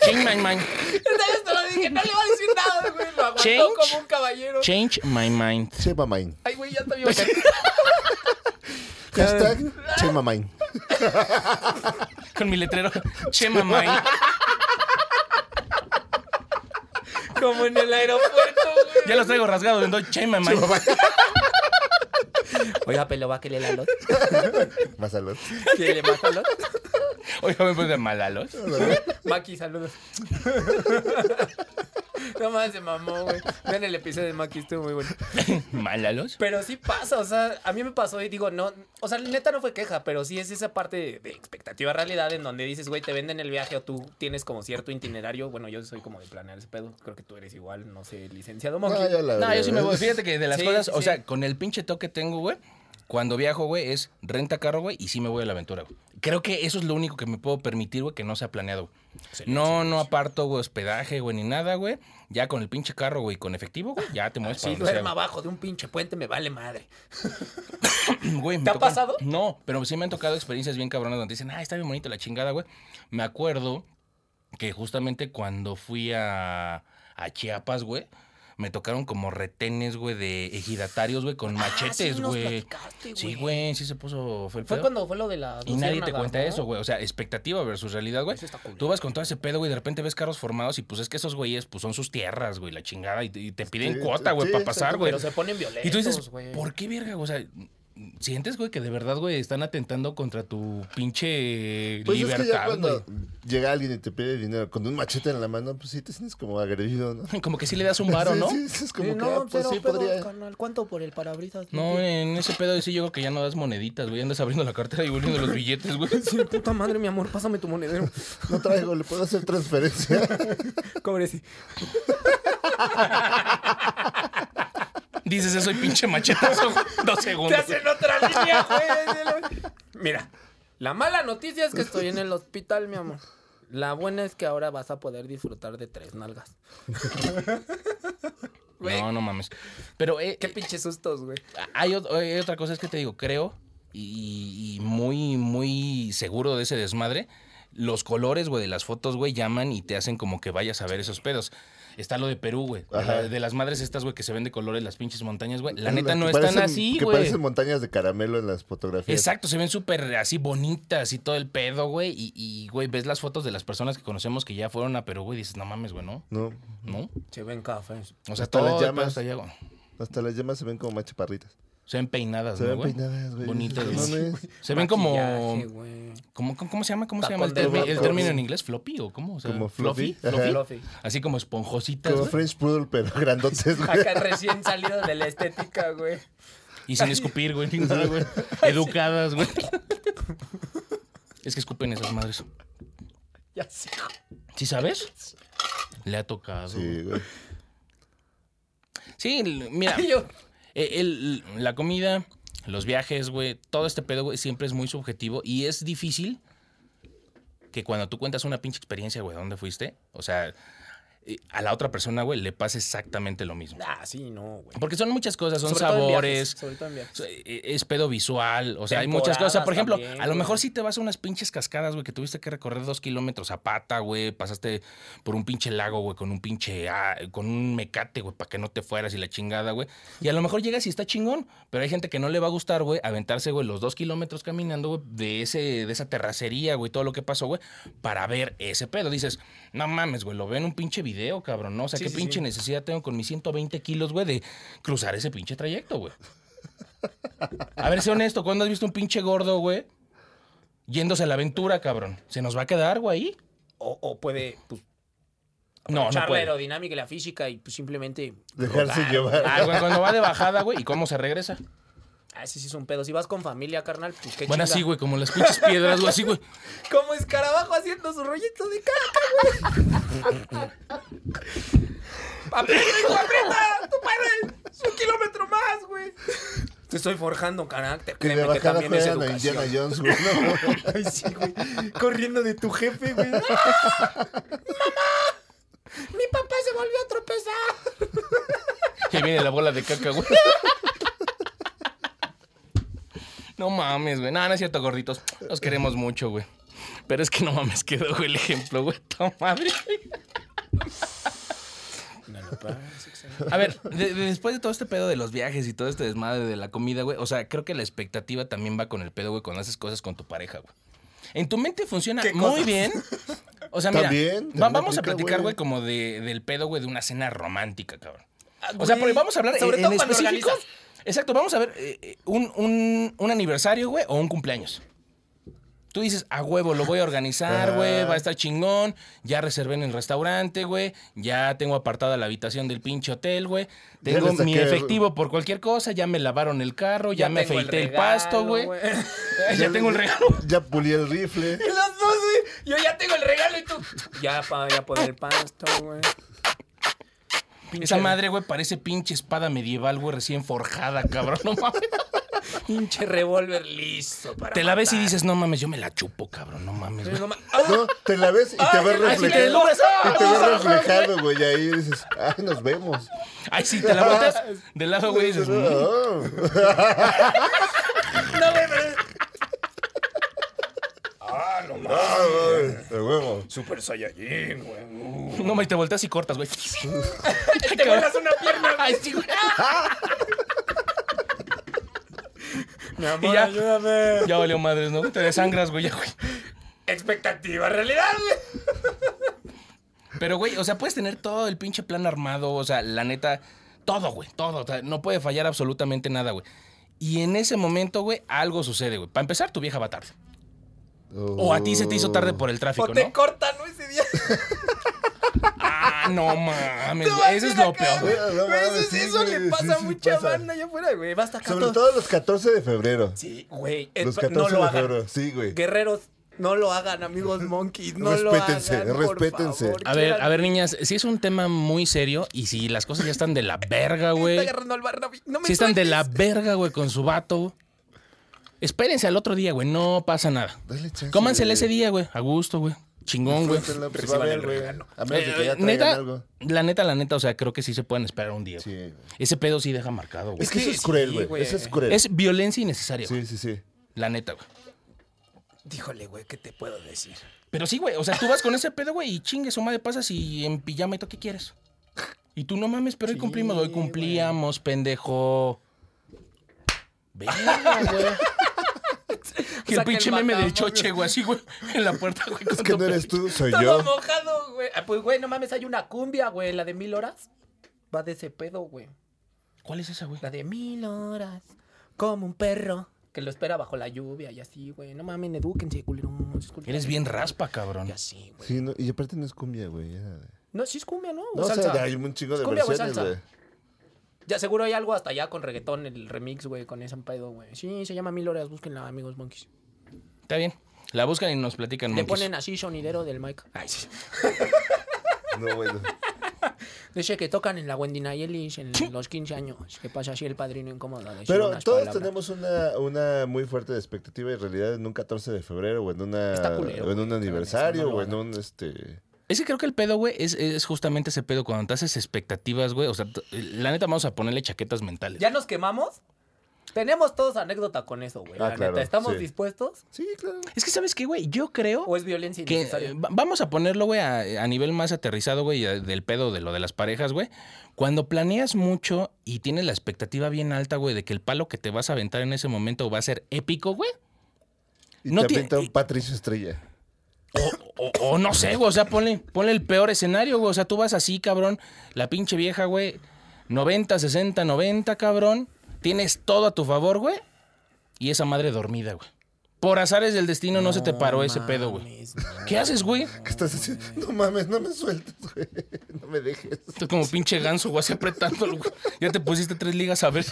Speaker 2: Change my mind.
Speaker 3: Entonces te lo dije, no le va a decir nada, güey. Lo aguantó
Speaker 2: Change.
Speaker 3: como un caballero.
Speaker 2: Change my mind.
Speaker 4: Che mamain.
Speaker 3: Ay, güey, ya está bien.
Speaker 4: Hashtag Che mamain.
Speaker 2: Con mi letrero. Chema mind.
Speaker 3: como en el aeropuerto, güey.
Speaker 2: Ya los traigo rasgados. Entonces, change my mind.
Speaker 3: Oiga, pelo, va que le la lot.
Speaker 4: Más salud.
Speaker 3: Que le mata lot.
Speaker 2: Oiga, me puse pues, de malalos.
Speaker 3: Maki, saludos. No más se mamó, güey. Vean el episodio de Maki, estuvo muy bueno.
Speaker 2: Malalos.
Speaker 3: Pero sí pasa, o sea, a mí me pasó y digo, no, o sea, neta no fue queja, pero sí es esa parte de, de expectativa realidad en donde dices, güey, te venden el viaje o tú tienes como cierto itinerario. Bueno, yo soy como de planear ese pedo, creo que tú eres igual, no sé, licenciado Monkey.
Speaker 4: Ah, ya la
Speaker 2: No,
Speaker 4: verga,
Speaker 2: yo sí me voy.
Speaker 4: güey.
Speaker 2: Fíjate que de las
Speaker 3: Sí,
Speaker 2: cosas, o
Speaker 3: sí.
Speaker 2: sea, con el pinche toque que tengo, güey. Cuando viajo, güey, es renta carro, güey, y sí me voy a la aventura, güey. Creo que eso es lo único que me puedo permitir, güey, que no sea planeado. No, no aparto, güey, hospedaje, güey, ni nada, güey. Ya con el pinche carro, güey, con efectivo, güey, ya te mueves
Speaker 3: Si
Speaker 2: para donde sea,
Speaker 3: duerme abajo de un pinche puente, me vale madre.
Speaker 2: Güey, me
Speaker 3: ¿Te ha
Speaker 2: tocan-
Speaker 3: pasado?
Speaker 2: No, pero sí me han tocado experiencias bien cabronas donde dicen, ah, está bien bonito la chingada, güey. Me acuerdo que justamente cuando fui a, a Chiapas, güey, me tocaron como retenes, güey, de ejidatarios, güey, con Ah, machetes,
Speaker 3: Ah, sí, nos
Speaker 2: güey.
Speaker 3: platicaste,
Speaker 2: Sí,
Speaker 3: güey.
Speaker 2: güey, sí se puso. Fue, el
Speaker 3: Fue
Speaker 2: pedo.
Speaker 3: cuando fue lo de la.
Speaker 2: Y nadie te
Speaker 3: luciérnaga,
Speaker 2: cuenta
Speaker 3: ¿no?
Speaker 2: eso, güey. O sea, expectativa versus realidad, güey.
Speaker 3: Eso está cool.
Speaker 2: Tú vas con todo ese pedo, güey, de repente ves carros formados y pues es que esos güeyes pues son sus tierras, güey, la chingada. Y te, y te piden
Speaker 4: Sí,
Speaker 2: cuota, güey,
Speaker 4: sí,
Speaker 2: para pasar,
Speaker 4: exacto,
Speaker 2: güey.
Speaker 3: Pero se ponen violentos,
Speaker 2: Y tú dices,
Speaker 3: güey.
Speaker 2: ¿por qué verga? güey? O sea, sientes, güey, que de verdad, güey, están atentando contra tu pinche
Speaker 4: Pues es que ya
Speaker 2: libertad, güey.
Speaker 4: cuando llega alguien y te pide dinero con un machete en la mano, pues sí te sientes como agredido, ¿no?
Speaker 2: Como que sí le das un varo,
Speaker 4: Sí,
Speaker 2: ¿no?
Speaker 4: Sí, sí, es como
Speaker 3: Eh,
Speaker 4: que,
Speaker 3: no,
Speaker 4: ah, pues
Speaker 3: pero,
Speaker 4: sí
Speaker 3: pero,
Speaker 4: podría.
Speaker 3: carnal, ¿cuánto por el parabrisas?
Speaker 2: No, en ese pedo sí yo creo que ya no das moneditas, güey. Andas abriendo la cartera y volviendo los billetes, güey.
Speaker 3: Sí, puta madre, mi amor, pásame tu monedero.
Speaker 4: No traigo, le puedo hacer transferencia.
Speaker 3: Cobre, sí.
Speaker 2: Dices eso y pinche machetazo. güey. Dos
Speaker 3: Te
Speaker 2: segundos.
Speaker 3: hacen otra línea, güey. Mira, la mala noticia es que estoy en el hospital, mi amor. La buena es que ahora vas a poder disfrutar de tres nalgas. güey.
Speaker 2: No, no mames. Pero eh,
Speaker 3: Qué pinche sustos, güey.
Speaker 2: hay, ot- hay otra cosa, es que te digo, creo y, y muy, muy seguro de ese desmadre. Los colores, güey, de las fotos, güey, llaman y te hacen como que vayas a ver esos pedos. Está lo de Perú, güey. De,
Speaker 4: Ajá.
Speaker 2: la- de las madres estas, güey, que se ven de colores las pinches montañas, güey. La
Speaker 4: Las
Speaker 2: neta
Speaker 4: que
Speaker 2: no están
Speaker 4: parecen-
Speaker 2: así,
Speaker 4: Que
Speaker 2: güey.
Speaker 4: parecen montañas de caramelo en las fotografías.
Speaker 2: Exacto, se ven súper así bonitas y todo el pedo, güey. Y, y, güey, ves las fotos de las personas que conocemos que ya fueron a Perú, güey, y dices, no mames, güey, ¿no?
Speaker 4: No,
Speaker 2: ¿No?
Speaker 3: Se ven cafés.
Speaker 2: O sea,
Speaker 4: Hasta
Speaker 2: todo
Speaker 4: las
Speaker 2: el pedo
Speaker 4: llamas.
Speaker 2: está allá, güey.
Speaker 4: hasta las llamas se ven como más chaparritas.
Speaker 2: Se ven peinadas,
Speaker 4: Se
Speaker 2: ¿no,
Speaker 4: ven
Speaker 2: Ah, güey?
Speaker 4: peinadas, güey.
Speaker 2: Bonitas,
Speaker 4: No
Speaker 2: güey.
Speaker 4: mames.
Speaker 2: Se ven como...
Speaker 3: Maquillaje, güey.
Speaker 2: ¿Cómo, cómo, cómo se llama? ¿Cómo se llama el,
Speaker 3: Tacón de
Speaker 2: termi- el
Speaker 4: botas.
Speaker 2: término en inglés? ¿Floppy o cómo? O sea,
Speaker 4: Como fluffy,
Speaker 2: ¿Fluffy?
Speaker 4: ajá.
Speaker 3: Fluffy.
Speaker 2: Así como esponjositas.
Speaker 4: Como
Speaker 2: güey.
Speaker 4: French Poodle, pero grandotes, güey.
Speaker 3: Acá recién salido de la estética, güey.
Speaker 2: Y sin escupir, güey. ni nada, güey. Educadas, güey. Es que escupen esas madres.
Speaker 3: Ya sé.
Speaker 2: ¿Sí sabes? Le ha tocado.
Speaker 4: Sí, güey.
Speaker 2: Sí, l- mira.
Speaker 3: Yo,
Speaker 2: eh, el- la comida, los viajes, güey, todo este pedo, güey, siempre es muy subjetivo y es difícil que cuando tú cuentas una pinche experiencia, güey, ¿dónde fuiste? O sea, eh, a la otra persona, güey, le pasa exactamente lo mismo.
Speaker 3: ah, sí, no, güey.
Speaker 2: Porque son muchas cosas, son
Speaker 3: Sobre todo en viajes,
Speaker 2: sabores,
Speaker 3: sobre todo en viajes.
Speaker 2: so- e- e- es pedo visual, o sea, hay muchas cosas. O sea, por ejemplo,
Speaker 3: Temporadas también,
Speaker 2: a lo
Speaker 3: güey.
Speaker 2: mejor si te vas a unas pinches cascadas, güey, que tuviste que recorrer dos kilómetros a pata, güey, pasaste por un pinche lago, güey, con un pinche, ah, con un mecate, güey, para que no te fueras y la chingada, güey. Y a lo mejor llegas y está chingón, pero hay gente que no le va a gustar, güey, aventarse, güey, los dos kilómetros caminando, güey, de, ese, de esa terracería, güey, todo lo que pasó, güey, para ver ese pedo. Dices, no mames, güey, lo veo en un pinche video, cabrón, ¿no? O sea,
Speaker 3: Sí,
Speaker 2: qué
Speaker 3: sí,
Speaker 2: pinche
Speaker 3: sí.
Speaker 2: necesidad tengo con mis 120 kilos, güey, de cruzar ese pinche trayecto, güey. A ver, sé honesto, ¿cuándo has visto un pinche gordo, güey? Yéndose a la aventura, cabrón. ¿Se nos va a quedar, güey? ahí?
Speaker 3: O, o puede, pues,
Speaker 2: No, no
Speaker 3: aprovechar la
Speaker 2: puede.
Speaker 3: aerodinámica y la física y pues, simplemente.
Speaker 4: Dejarse
Speaker 3: rodar,
Speaker 4: llevar.
Speaker 2: Ah, güey, cuando va de bajada, güey, ¿y cómo se regresa?
Speaker 3: Ah, ese sí es un pedo. Si vas con familia, carnal, pues qué
Speaker 2: Bueno,
Speaker 3: chinga.
Speaker 2: así, güey, como las pinches piedras, güey, así, güey.
Speaker 3: Como escarabajo haciendo su rollito de caca, güey. ¡Aprieta, hijo, aprieta! ¡Tú para! ¡Es un kilómetro más, güey! Te estoy forjando carácter.
Speaker 4: Que de
Speaker 3: Créeme que
Speaker 4: bajada
Speaker 3: también es
Speaker 4: juegan a Indiana
Speaker 3: educación.
Speaker 4: Jones, güey. No,
Speaker 3: Ay, sí, güey. Corriendo de tu jefe, güey. ¡Ah! ¡Mamá! ¡Mi papá se volvió a tropezar!
Speaker 2: Y ahí viene la bola de caca, güey. No mames, güey. No, no es cierto, gorditos. Los queremos mucho, güey. Pero es que no mames, quedó, güey, el ejemplo, güey. Toma, madre. A ver, de- de- después de todo este pedo de los viajes y todo este desmadre de la comida, güey, o sea, creo que la expectativa también va con el pedo, güey, cuando haces cosas con tu pareja, güey. En tu mente funciona
Speaker 3: ¿Qué
Speaker 2: muy
Speaker 3: cosas?
Speaker 2: bien. O sea, mira,
Speaker 4: También,
Speaker 2: va-
Speaker 4: también
Speaker 2: vamos a
Speaker 4: aplica,
Speaker 2: platicar,
Speaker 4: güey.
Speaker 2: güey, como de- del pedo, güey, de una cena romántica, cabrón. O sea, porque vamos a hablar
Speaker 3: Sobre
Speaker 2: en,
Speaker 3: todo
Speaker 2: en
Speaker 3: cuando
Speaker 2: específico.
Speaker 3: organizas.
Speaker 2: Exacto, vamos a ver eh, eh, un, un- un aniversario, güey, o un cumpleaños. Tú dices, a huevo, lo voy a organizar,
Speaker 4: Ajá.
Speaker 2: güey, va a estar chingón, ya reservé en el restaurante, güey, ya tengo apartada la habitación del pinche hotel, güey,
Speaker 4: Ya
Speaker 2: tengo
Speaker 4: le saqué
Speaker 2: mi
Speaker 4: el-
Speaker 2: efectivo por cualquier cosa, ya me lavaron el carro, ya, me
Speaker 3: tengo
Speaker 2: afeité el,
Speaker 3: regalo,
Speaker 2: pasto, güey, ya,
Speaker 4: Ya-
Speaker 2: tengo el regalo.
Speaker 4: Ya pulí el rifle.
Speaker 3: Y las dos, güey. Yo ya tengo el regalo y tú. Ya, pa, ya por el pasto, güey.
Speaker 2: Esa madre, güey, parece pinche espada medieval, güey, recién forjada, cabrón, no mames.
Speaker 3: Pinche revólver liso para.
Speaker 2: Te la ves y
Speaker 3: matar.
Speaker 2: dices, no mames, yo me la chupo, cabrón, no mames, güey.
Speaker 3: No, ma- ¡Ah!
Speaker 4: No, te la ves y te
Speaker 3: Ay,
Speaker 4: ves
Speaker 3: así
Speaker 2: te
Speaker 4: reflejado.
Speaker 2: deslumbras.
Speaker 4: Y te ves
Speaker 2: Ah,
Speaker 4: reflejado, güey. Ahí dices, ay, nos vemos.
Speaker 2: Ay, sí, te la botas de lado, güey, y dices, "Mm".
Speaker 3: No,
Speaker 4: Oh.
Speaker 3: güey, pero-
Speaker 4: Ah, güey, de huevo.
Speaker 3: Super Saiyajin, güey.
Speaker 2: "Mm". No, mames, te volteas y cortas, güey.
Speaker 3: Te vuelas una pierna. Ay, sí, güey. Mi amor,
Speaker 2: Y ya.
Speaker 3: ayúdame.
Speaker 2: Ya valió madres, ¿no? Te desangras, güey, ya, güey.
Speaker 3: Expectativa, realidad, güey.
Speaker 2: Pero, güey, o sea, puedes tener todo el pinche plan armado, o sea, la neta, todo, güey, todo. o sea, no puede fallar absolutamente nada, güey. Y en ese momento, güey, algo sucede, güey. Para empezar, tu vieja va tarde. O a ti se te hizo tarde por el tráfico,
Speaker 3: O te
Speaker 2: ¿no?
Speaker 3: cortan, ¿no? Ese día.
Speaker 2: Ah, no mames,
Speaker 3: Te
Speaker 2: güey. Eso
Speaker 3: vas
Speaker 2: es
Speaker 3: a
Speaker 2: lo
Speaker 3: cagar,
Speaker 2: peor.
Speaker 4: güey. No
Speaker 3: Güey,
Speaker 4: mames,
Speaker 3: eso,
Speaker 4: sí,
Speaker 3: eso
Speaker 4: güey,
Speaker 3: le
Speaker 4: sí,
Speaker 3: pasa a
Speaker 4: sí
Speaker 3: mucha
Speaker 4: pasa.
Speaker 3: banda allá afuera, güey. Basta acá
Speaker 4: Sobre
Speaker 3: todo-
Speaker 4: todo los 14 de febrero.
Speaker 3: Sí, güey. es
Speaker 4: Los
Speaker 3: pa-
Speaker 4: 14
Speaker 3: no lo
Speaker 4: de
Speaker 3: hagan.
Speaker 4: febrero, sí, güey.
Speaker 3: Guerreros, no lo hagan, amigos monkeys. No
Speaker 4: Respétense,
Speaker 3: lo hagan. por
Speaker 4: respétense.
Speaker 3: favor.
Speaker 2: A ver,
Speaker 3: Quieran-
Speaker 2: a ver, niñas, si es un tema muy serio y si las cosas ya están de la verga,
Speaker 3: Me
Speaker 2: güey.
Speaker 3: Está agarrando al Barnaby. No me
Speaker 2: Si están de la
Speaker 3: sueltes.
Speaker 2: verga, güey, con su vato. Espérense al otro día, güey. No pasa nada.
Speaker 4: Dale chance,
Speaker 2: Cómansela
Speaker 4: güey.
Speaker 2: ese día, güey. A gusto, güey. Chingón, güey.
Speaker 4: Suéltenla, pues,
Speaker 3: Reciban
Speaker 4: va a haber,
Speaker 3: el
Speaker 4: güey.
Speaker 3: regalo.
Speaker 4: A menos de que
Speaker 2: Eh,
Speaker 4: ya traigan
Speaker 2: neta,
Speaker 4: algo.
Speaker 2: la neta, la neta, o sea, creo que sí se pueden esperar un día. güey.
Speaker 4: Sí, güey.
Speaker 2: Ese pedo sí deja marcado, güey.
Speaker 4: Es que eso es
Speaker 3: sí,
Speaker 4: cruel, güey.
Speaker 3: güey.
Speaker 4: Eso es cruel.
Speaker 2: Es violencia innecesaria, güey.
Speaker 4: Sí, sí, sí.
Speaker 2: La neta, güey.
Speaker 3: Díjole, güey, ¿qué te puedo decir?
Speaker 2: Pero sí, güey. O sea, tú vas con ese pedo, güey, y chingue, suma de pasas y en pijama y todo, ¿qué quieres? Y tú no mames, pero hoy
Speaker 3: Sí,
Speaker 2: cumplimos, hoy
Speaker 3: güey.
Speaker 2: cumplíamos, pendejo. Verga, güey. Que
Speaker 3: Saca
Speaker 2: el
Speaker 3: el
Speaker 2: pinche meme del
Speaker 3: matamos,
Speaker 2: choche, güey, así, güey, en la puerta, güey.
Speaker 4: Es que no eres tú, soy
Speaker 3: Todo
Speaker 4: yo.
Speaker 3: mojado, güey. Ah, Pues, güey, no mames, hay una cumbia, güey. La de mil horas. Va de ese pedo, güey.
Speaker 2: ¿Cuál es esa, güey?
Speaker 3: La de mil horas. Como un perro. Que lo espera bajo la lluvia y así, güey. No mames, edúquense, culeros.
Speaker 2: Eres bien raspa, cabrón.
Speaker 3: Y así, güey.
Speaker 4: Sí, no, y aparte no es cumbia, güey. era de-
Speaker 3: No, sí es cumbia, ¿no? O
Speaker 4: No, o
Speaker 3: Uh, salsa.
Speaker 4: sea, hay un chingo de
Speaker 3: ¿Es cumbia o
Speaker 4: versiones,
Speaker 3: salsa?
Speaker 4: güey.
Speaker 3: Ya seguro hay algo hasta allá con reggaetón, el remix, güey, con ese pedo, güey. Sí, se llama Mil Horas, búsquenla, amigos monkeys.
Speaker 2: Está bien. La buscan y nos platican,
Speaker 3: Le
Speaker 2: monkeys.
Speaker 3: ponen así sonidero del Mike. Ay, sí.
Speaker 4: No, bueno.
Speaker 3: Dice que tocan en la Wendy Nayelis en los 15 años. Que pasa así el padrino incómodo. a decir
Speaker 4: Pero este
Speaker 3: unas
Speaker 4: todos
Speaker 3: palabras.
Speaker 4: tenemos una, una muy fuerte expectativa y realidad en un 14 de febrero o en, una,
Speaker 3: Está culero,
Speaker 4: o en
Speaker 3: güey,
Speaker 4: un
Speaker 3: la
Speaker 4: aniversario
Speaker 3: neta, no lo
Speaker 4: o en
Speaker 3: hagan.
Speaker 4: un este...
Speaker 2: Es que creo que el pedo, güey, es, es justamente ese pedo. Cuando te haces expectativas, güey. O sea, t- la neta, vamos a ponerle chaquetas mentales.
Speaker 3: ¿Ya nos quemamos? Tenemos todos anécdota con eso, güey.
Speaker 4: Ah,
Speaker 3: la
Speaker 4: claro,
Speaker 3: neta, ¿estamos
Speaker 4: sí.
Speaker 3: dispuestos?
Speaker 4: Sí, claro.
Speaker 2: Es que, ¿sabes qué, güey? Yo creo
Speaker 3: ¿O es violencia
Speaker 2: que. eh,
Speaker 3: innecesaria?
Speaker 2: va- vamos a ponerlo, güey, a, a nivel más aterrizado, güey, a- del pedo de lo de las parejas, güey. Cuando planeas mucho y tienes la expectativa bien alta, güey, de que el palo que te vas a aventar en ese momento va a ser épico, güey.
Speaker 4: Y
Speaker 2: No
Speaker 4: te
Speaker 2: tie-
Speaker 4: avienta
Speaker 3: eh,
Speaker 4: un Patricio Estrella.
Speaker 2: O, o no sé, güey. O sea, ponle, ponle el peor escenario, güey. O sea, tú vas así, cabrón. La pinche vieja, güey. 90, 60, 90, cabrón. Tienes todo a tu favor, güey. Y esa madre dormida, güey. Por azares del destino no, se te paró ese pedo, güey.
Speaker 3: mames, no.
Speaker 2: ¿Qué haces, güey?
Speaker 4: ¿Qué estás haciendo?
Speaker 3: eh.
Speaker 4: No mames, no me sueltes, güey. No me dejes.
Speaker 2: Estás como pinche ganso, güey, así apretándolo, güey. Ya te pusiste tres ligas a ver.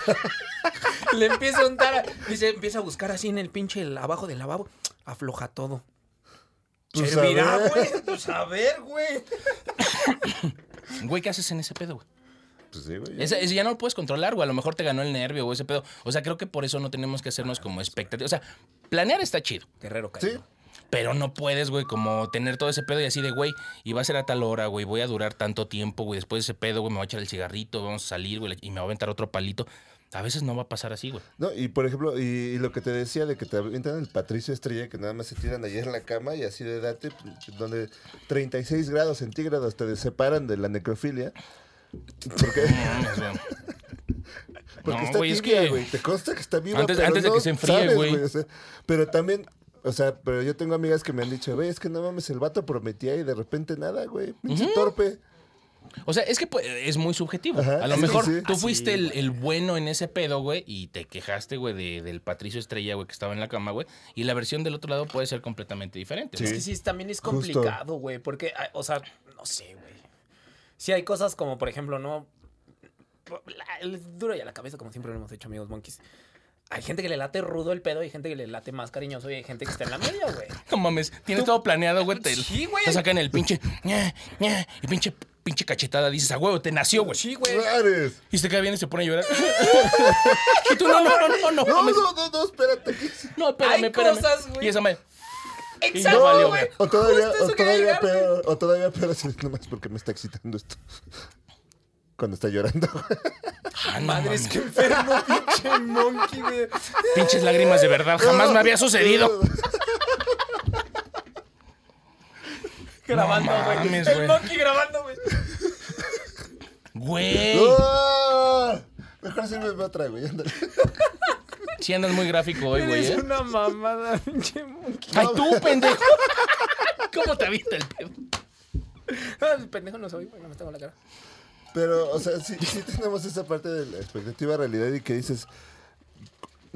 Speaker 3: Le empieza a untar. a- Dice, empieza a buscar así en el pinche el- abajo del lavabo. Afloja todo.
Speaker 4: Pues, a
Speaker 3: Servirá,
Speaker 4: ver.
Speaker 3: güey. Pues a ver, güey.
Speaker 2: Güey, ¿qué haces en ese pedo, güey?
Speaker 4: Pues sí, güey.
Speaker 2: Ese, ese ya no lo puedes controlar, güey. A lo mejor te ganó el nervio o ese pedo. O sea, creo que por eso no tenemos que hacernos como expectativas. O sea, planear está chido.
Speaker 3: Guerrero, caído.
Speaker 4: Sí,
Speaker 2: Pero no puedes, güey, como tener todo ese pedo y así de, güey, y va a ser a tal hora, güey, voy a durar tanto tiempo, güey, después de ese pedo, güey, me voy a echar el cigarrito, vamos a salir, güey, y me va a aventar otro palito. A veces no va a pasar así, güey.
Speaker 4: No, y por ejemplo, y, y lo que te decía de que te avientan el Patricio Estrella, que nada más se tiran allá en la cama y así de date, pues, donde 36 grados centígrados te separan de la necrofilia. Porque,
Speaker 2: No mames, güey.
Speaker 4: porque
Speaker 2: No,
Speaker 4: está
Speaker 2: güey, es
Speaker 4: tibia,
Speaker 2: que-
Speaker 4: güey. Te consta que está viva,
Speaker 2: Antes-
Speaker 4: pero
Speaker 2: antes de
Speaker 4: no
Speaker 2: que se enfríe,
Speaker 4: sabes,
Speaker 2: güey.
Speaker 4: o sea, pero también, o sea, pero yo tengo amigas que me han dicho, güey, es que no mames, el vato prometía y de repente nada, güey. Pinche torpe.
Speaker 2: O sea, es que pues, es muy subjetivo.
Speaker 4: Ajá,
Speaker 2: a lo
Speaker 4: sí,
Speaker 2: mejor
Speaker 4: sí.
Speaker 2: tú fuiste el, el bueno en ese pedo, güey, y te quejaste, güey, de- del Patricio Estrella, güey, que estaba en la cama, güey, y la versión del otro lado puede ser completamente diferente.
Speaker 4: Sí.
Speaker 2: güey.
Speaker 3: Es que sí, es- también es
Speaker 4: Justo.
Speaker 3: complicado, güey, porque, ah, o sea, no sé, güey. Sí hay cosas como, por ejemplo, no... la- el Duro y a la cabeza, como siempre lo hemos hecho, amigos monkeys. Hay gente que le late rudo el pedo, hay gente que le late más cariñoso y hay gente que está en la media, güey.
Speaker 2: No mames, tienes todo planeado, güey. Te,
Speaker 3: Sí, güey.
Speaker 2: Te sacan el pinche. ña, ña, y pinche, pinche cachetada. Dices, a huevo, te nació, güey.
Speaker 3: Pues Sí, güey.
Speaker 4: ¡Rares!
Speaker 2: Y se queda bien y se pone a llorar. y tú, no, no, no, no, no,
Speaker 4: No,
Speaker 2: mames.
Speaker 4: no, no, no, espérate. ¿qué es?
Speaker 2: No, espérame,
Speaker 3: Hay
Speaker 2: espérame.
Speaker 3: cosas, güey.
Speaker 2: Y esa madre.
Speaker 3: Exacto,
Speaker 2: No, valió,
Speaker 3: güey.
Speaker 2: güey.
Speaker 4: O todavía,
Speaker 3: Justo
Speaker 4: o
Speaker 3: eso quería
Speaker 4: todavía
Speaker 3: llegar, güey.
Speaker 4: peor, o todavía peor, así, no más porque me está excitando esto. Cuando está llorando.
Speaker 2: Ah, no
Speaker 3: Madre, es
Speaker 2: mames.
Speaker 3: que enfermo, pinche monkey, güey.
Speaker 2: Pinches lágrimas de verdad. Jamás me había sucedido.
Speaker 3: grabando,
Speaker 2: No
Speaker 3: güey.
Speaker 2: mames,
Speaker 3: el
Speaker 2: güey. ¿Este
Speaker 3: monkey grabando, güey.
Speaker 2: Güey.
Speaker 4: ¡Ah! Mejor sírveme otra, güey. ándale.
Speaker 2: Si andas muy gráfico hoy, güey.
Speaker 3: Eres
Speaker 2: ¿eh?
Speaker 3: una mamada, pinche monkey.
Speaker 2: Ay, tú, pendejo. ¿Cómo te avienta el pedo?
Speaker 4: Pues
Speaker 3: Ah, pendejo no soy, güey. No me tengo la cara.
Speaker 4: Pero, o sea, sí, sí tenemos esa parte de la expectativa realidad y que dices,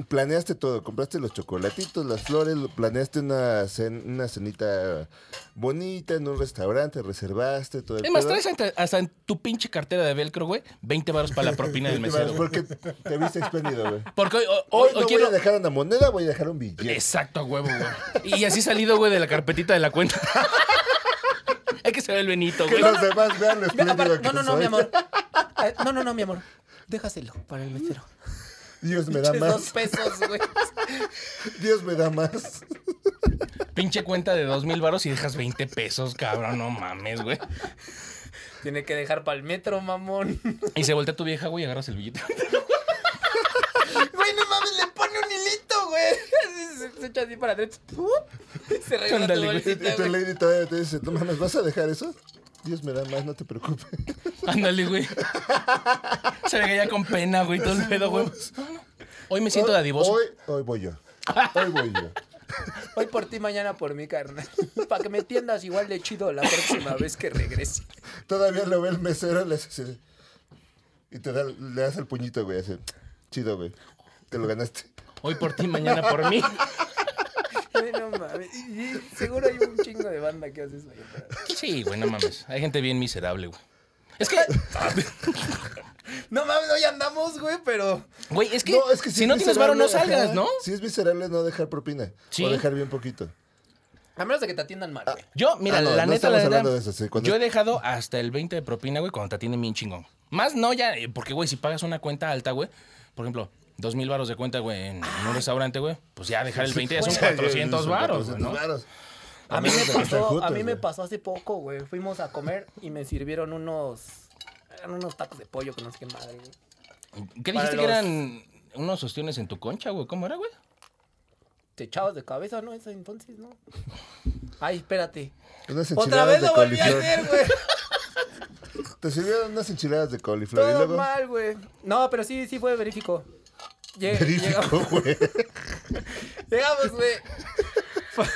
Speaker 4: planeaste todo, compraste los chocolatitos, las flores, lo- planeaste una, cen- una cenita bonita en un restaurante, reservaste todo el
Speaker 2: Es más,
Speaker 4: pedo.
Speaker 2: traes hasta, hasta en tu pinche cartera de velcro, güey, 20 baros para la propina del mesero. güey.
Speaker 4: Porque te viste expendido, güey.
Speaker 2: Porque hoy, hoy-
Speaker 4: Hoy
Speaker 2: hoy
Speaker 4: no
Speaker 2: quiero.
Speaker 4: voy a dejar una moneda, voy a dejar un billete.
Speaker 2: Exacto, a huevo, güey. Y así salido, güey, de la carpetita de la cuenta. Hay que saber el Benito,
Speaker 4: Que
Speaker 2: güey.
Speaker 4: los demás vean lo
Speaker 3: Ve,
Speaker 4: espléndido
Speaker 3: aparte-
Speaker 4: que
Speaker 3: no, no, no,
Speaker 4: soy.
Speaker 3: mi amor. Eh, No, no, no, mi amor. Déjaselo para el mesero.
Speaker 4: Dios me da
Speaker 3: Pinches Dos
Speaker 4: más.
Speaker 3: pesos, güey.
Speaker 4: Dios me da más.
Speaker 2: Pinche cuenta de dos mil baros y dejas 20 pesos, cabrón, no mames, güey.
Speaker 3: Tiene que dejar para el metro, mamón.
Speaker 2: Y se voltea tu vieja, güey, y agarras el billete.
Speaker 3: Güey, no mames, le pone un hilito, güey. Así, Se, se echa así para adentro. ¡pum! Y se regresa tu
Speaker 2: Ándale, güey.
Speaker 4: Y
Speaker 3: bolsita,
Speaker 4: tu
Speaker 3: güey.
Speaker 4: lady todavía te dice, no mames, ¿vas a dejar eso? Dios me da más, no te preocupes.
Speaker 2: Ándale, güey. Se ve que ya con pena, güey, todo el pedo, güey. Hoy me siento dadivoso.
Speaker 4: Hoy, hoy voy yo. Hoy voy yo.
Speaker 3: Hoy por ti, mañana por mí, carnal. Para que me entiendas igual de chido la próxima vez que regrese.
Speaker 4: Todavía lo ve el mesero le hace así. y te da, le das el puñito, güey. Así. Chido, güey. Te lo ganaste.
Speaker 2: Hoy por ti, mañana por mí.
Speaker 3: Ay, no mames. Y- y Seguro hay un chingo de banda que hace eso. ahí atrás.
Speaker 2: Sí, güey, no mames. Hay gente bien miserable, güey. Es que,
Speaker 3: No mames, hoy andamos, güey, pero.
Speaker 2: güey, es que, si no tienes varo, no salgas, ¿no?
Speaker 4: Si es miserable no dejar propina.
Speaker 2: Sí.
Speaker 4: O dejar bien poquito.
Speaker 3: A menos de que te atiendan mal, güey.
Speaker 2: Yo, mira,
Speaker 4: Ah, no,
Speaker 2: la
Speaker 4: no
Speaker 2: neta,
Speaker 4: estamos
Speaker 2: la neta,
Speaker 4: hablando de eso, sí, cuando-
Speaker 2: yo he dejado hasta el 20 de propina, güey, cuando te atienden bien chingón. Más no ya, eh, porque, güey, si pagas una cuenta alta, güey, por ejemplo, dos mil varos de cuenta, güey, en, en un restaurante, güey, pues ya dejar el 20 ya son
Speaker 4: O sea,
Speaker 2: 400
Speaker 4: son
Speaker 2: varos, güey,
Speaker 4: 400
Speaker 2: ¿no?
Speaker 4: varos.
Speaker 3: A mí me
Speaker 4: Están
Speaker 3: pasó, a
Speaker 4: juntos,
Speaker 3: mí me
Speaker 4: güey.
Speaker 3: pasó hace poco, güey. Fuimos a comer y me sirvieron unos. Eran unos tacos de pollo con no sé qué madre, güey.
Speaker 2: ¿Qué
Speaker 3: Para
Speaker 2: dijiste que
Speaker 3: los-
Speaker 2: eran unos ostiones en tu concha, güey? ¿Cómo era, güey?
Speaker 3: Te echabas de cabeza, ¿no? Eso entonces, ¿no? Ay, espérate.
Speaker 4: Unas
Speaker 3: Otra
Speaker 4: enchiladas
Speaker 3: vez
Speaker 4: de
Speaker 3: lo volví a
Speaker 4: coliflor.
Speaker 3: hacer, güey.
Speaker 4: Te sirvieron unas enchiladas de coliflor. y
Speaker 3: Todo
Speaker 4: luego.
Speaker 3: mal, güey. No, pero sí, sí fue verífico. Lle-
Speaker 4: Verifico,
Speaker 3: llegamos-
Speaker 4: güey.
Speaker 3: Llegamos, güey. Pa-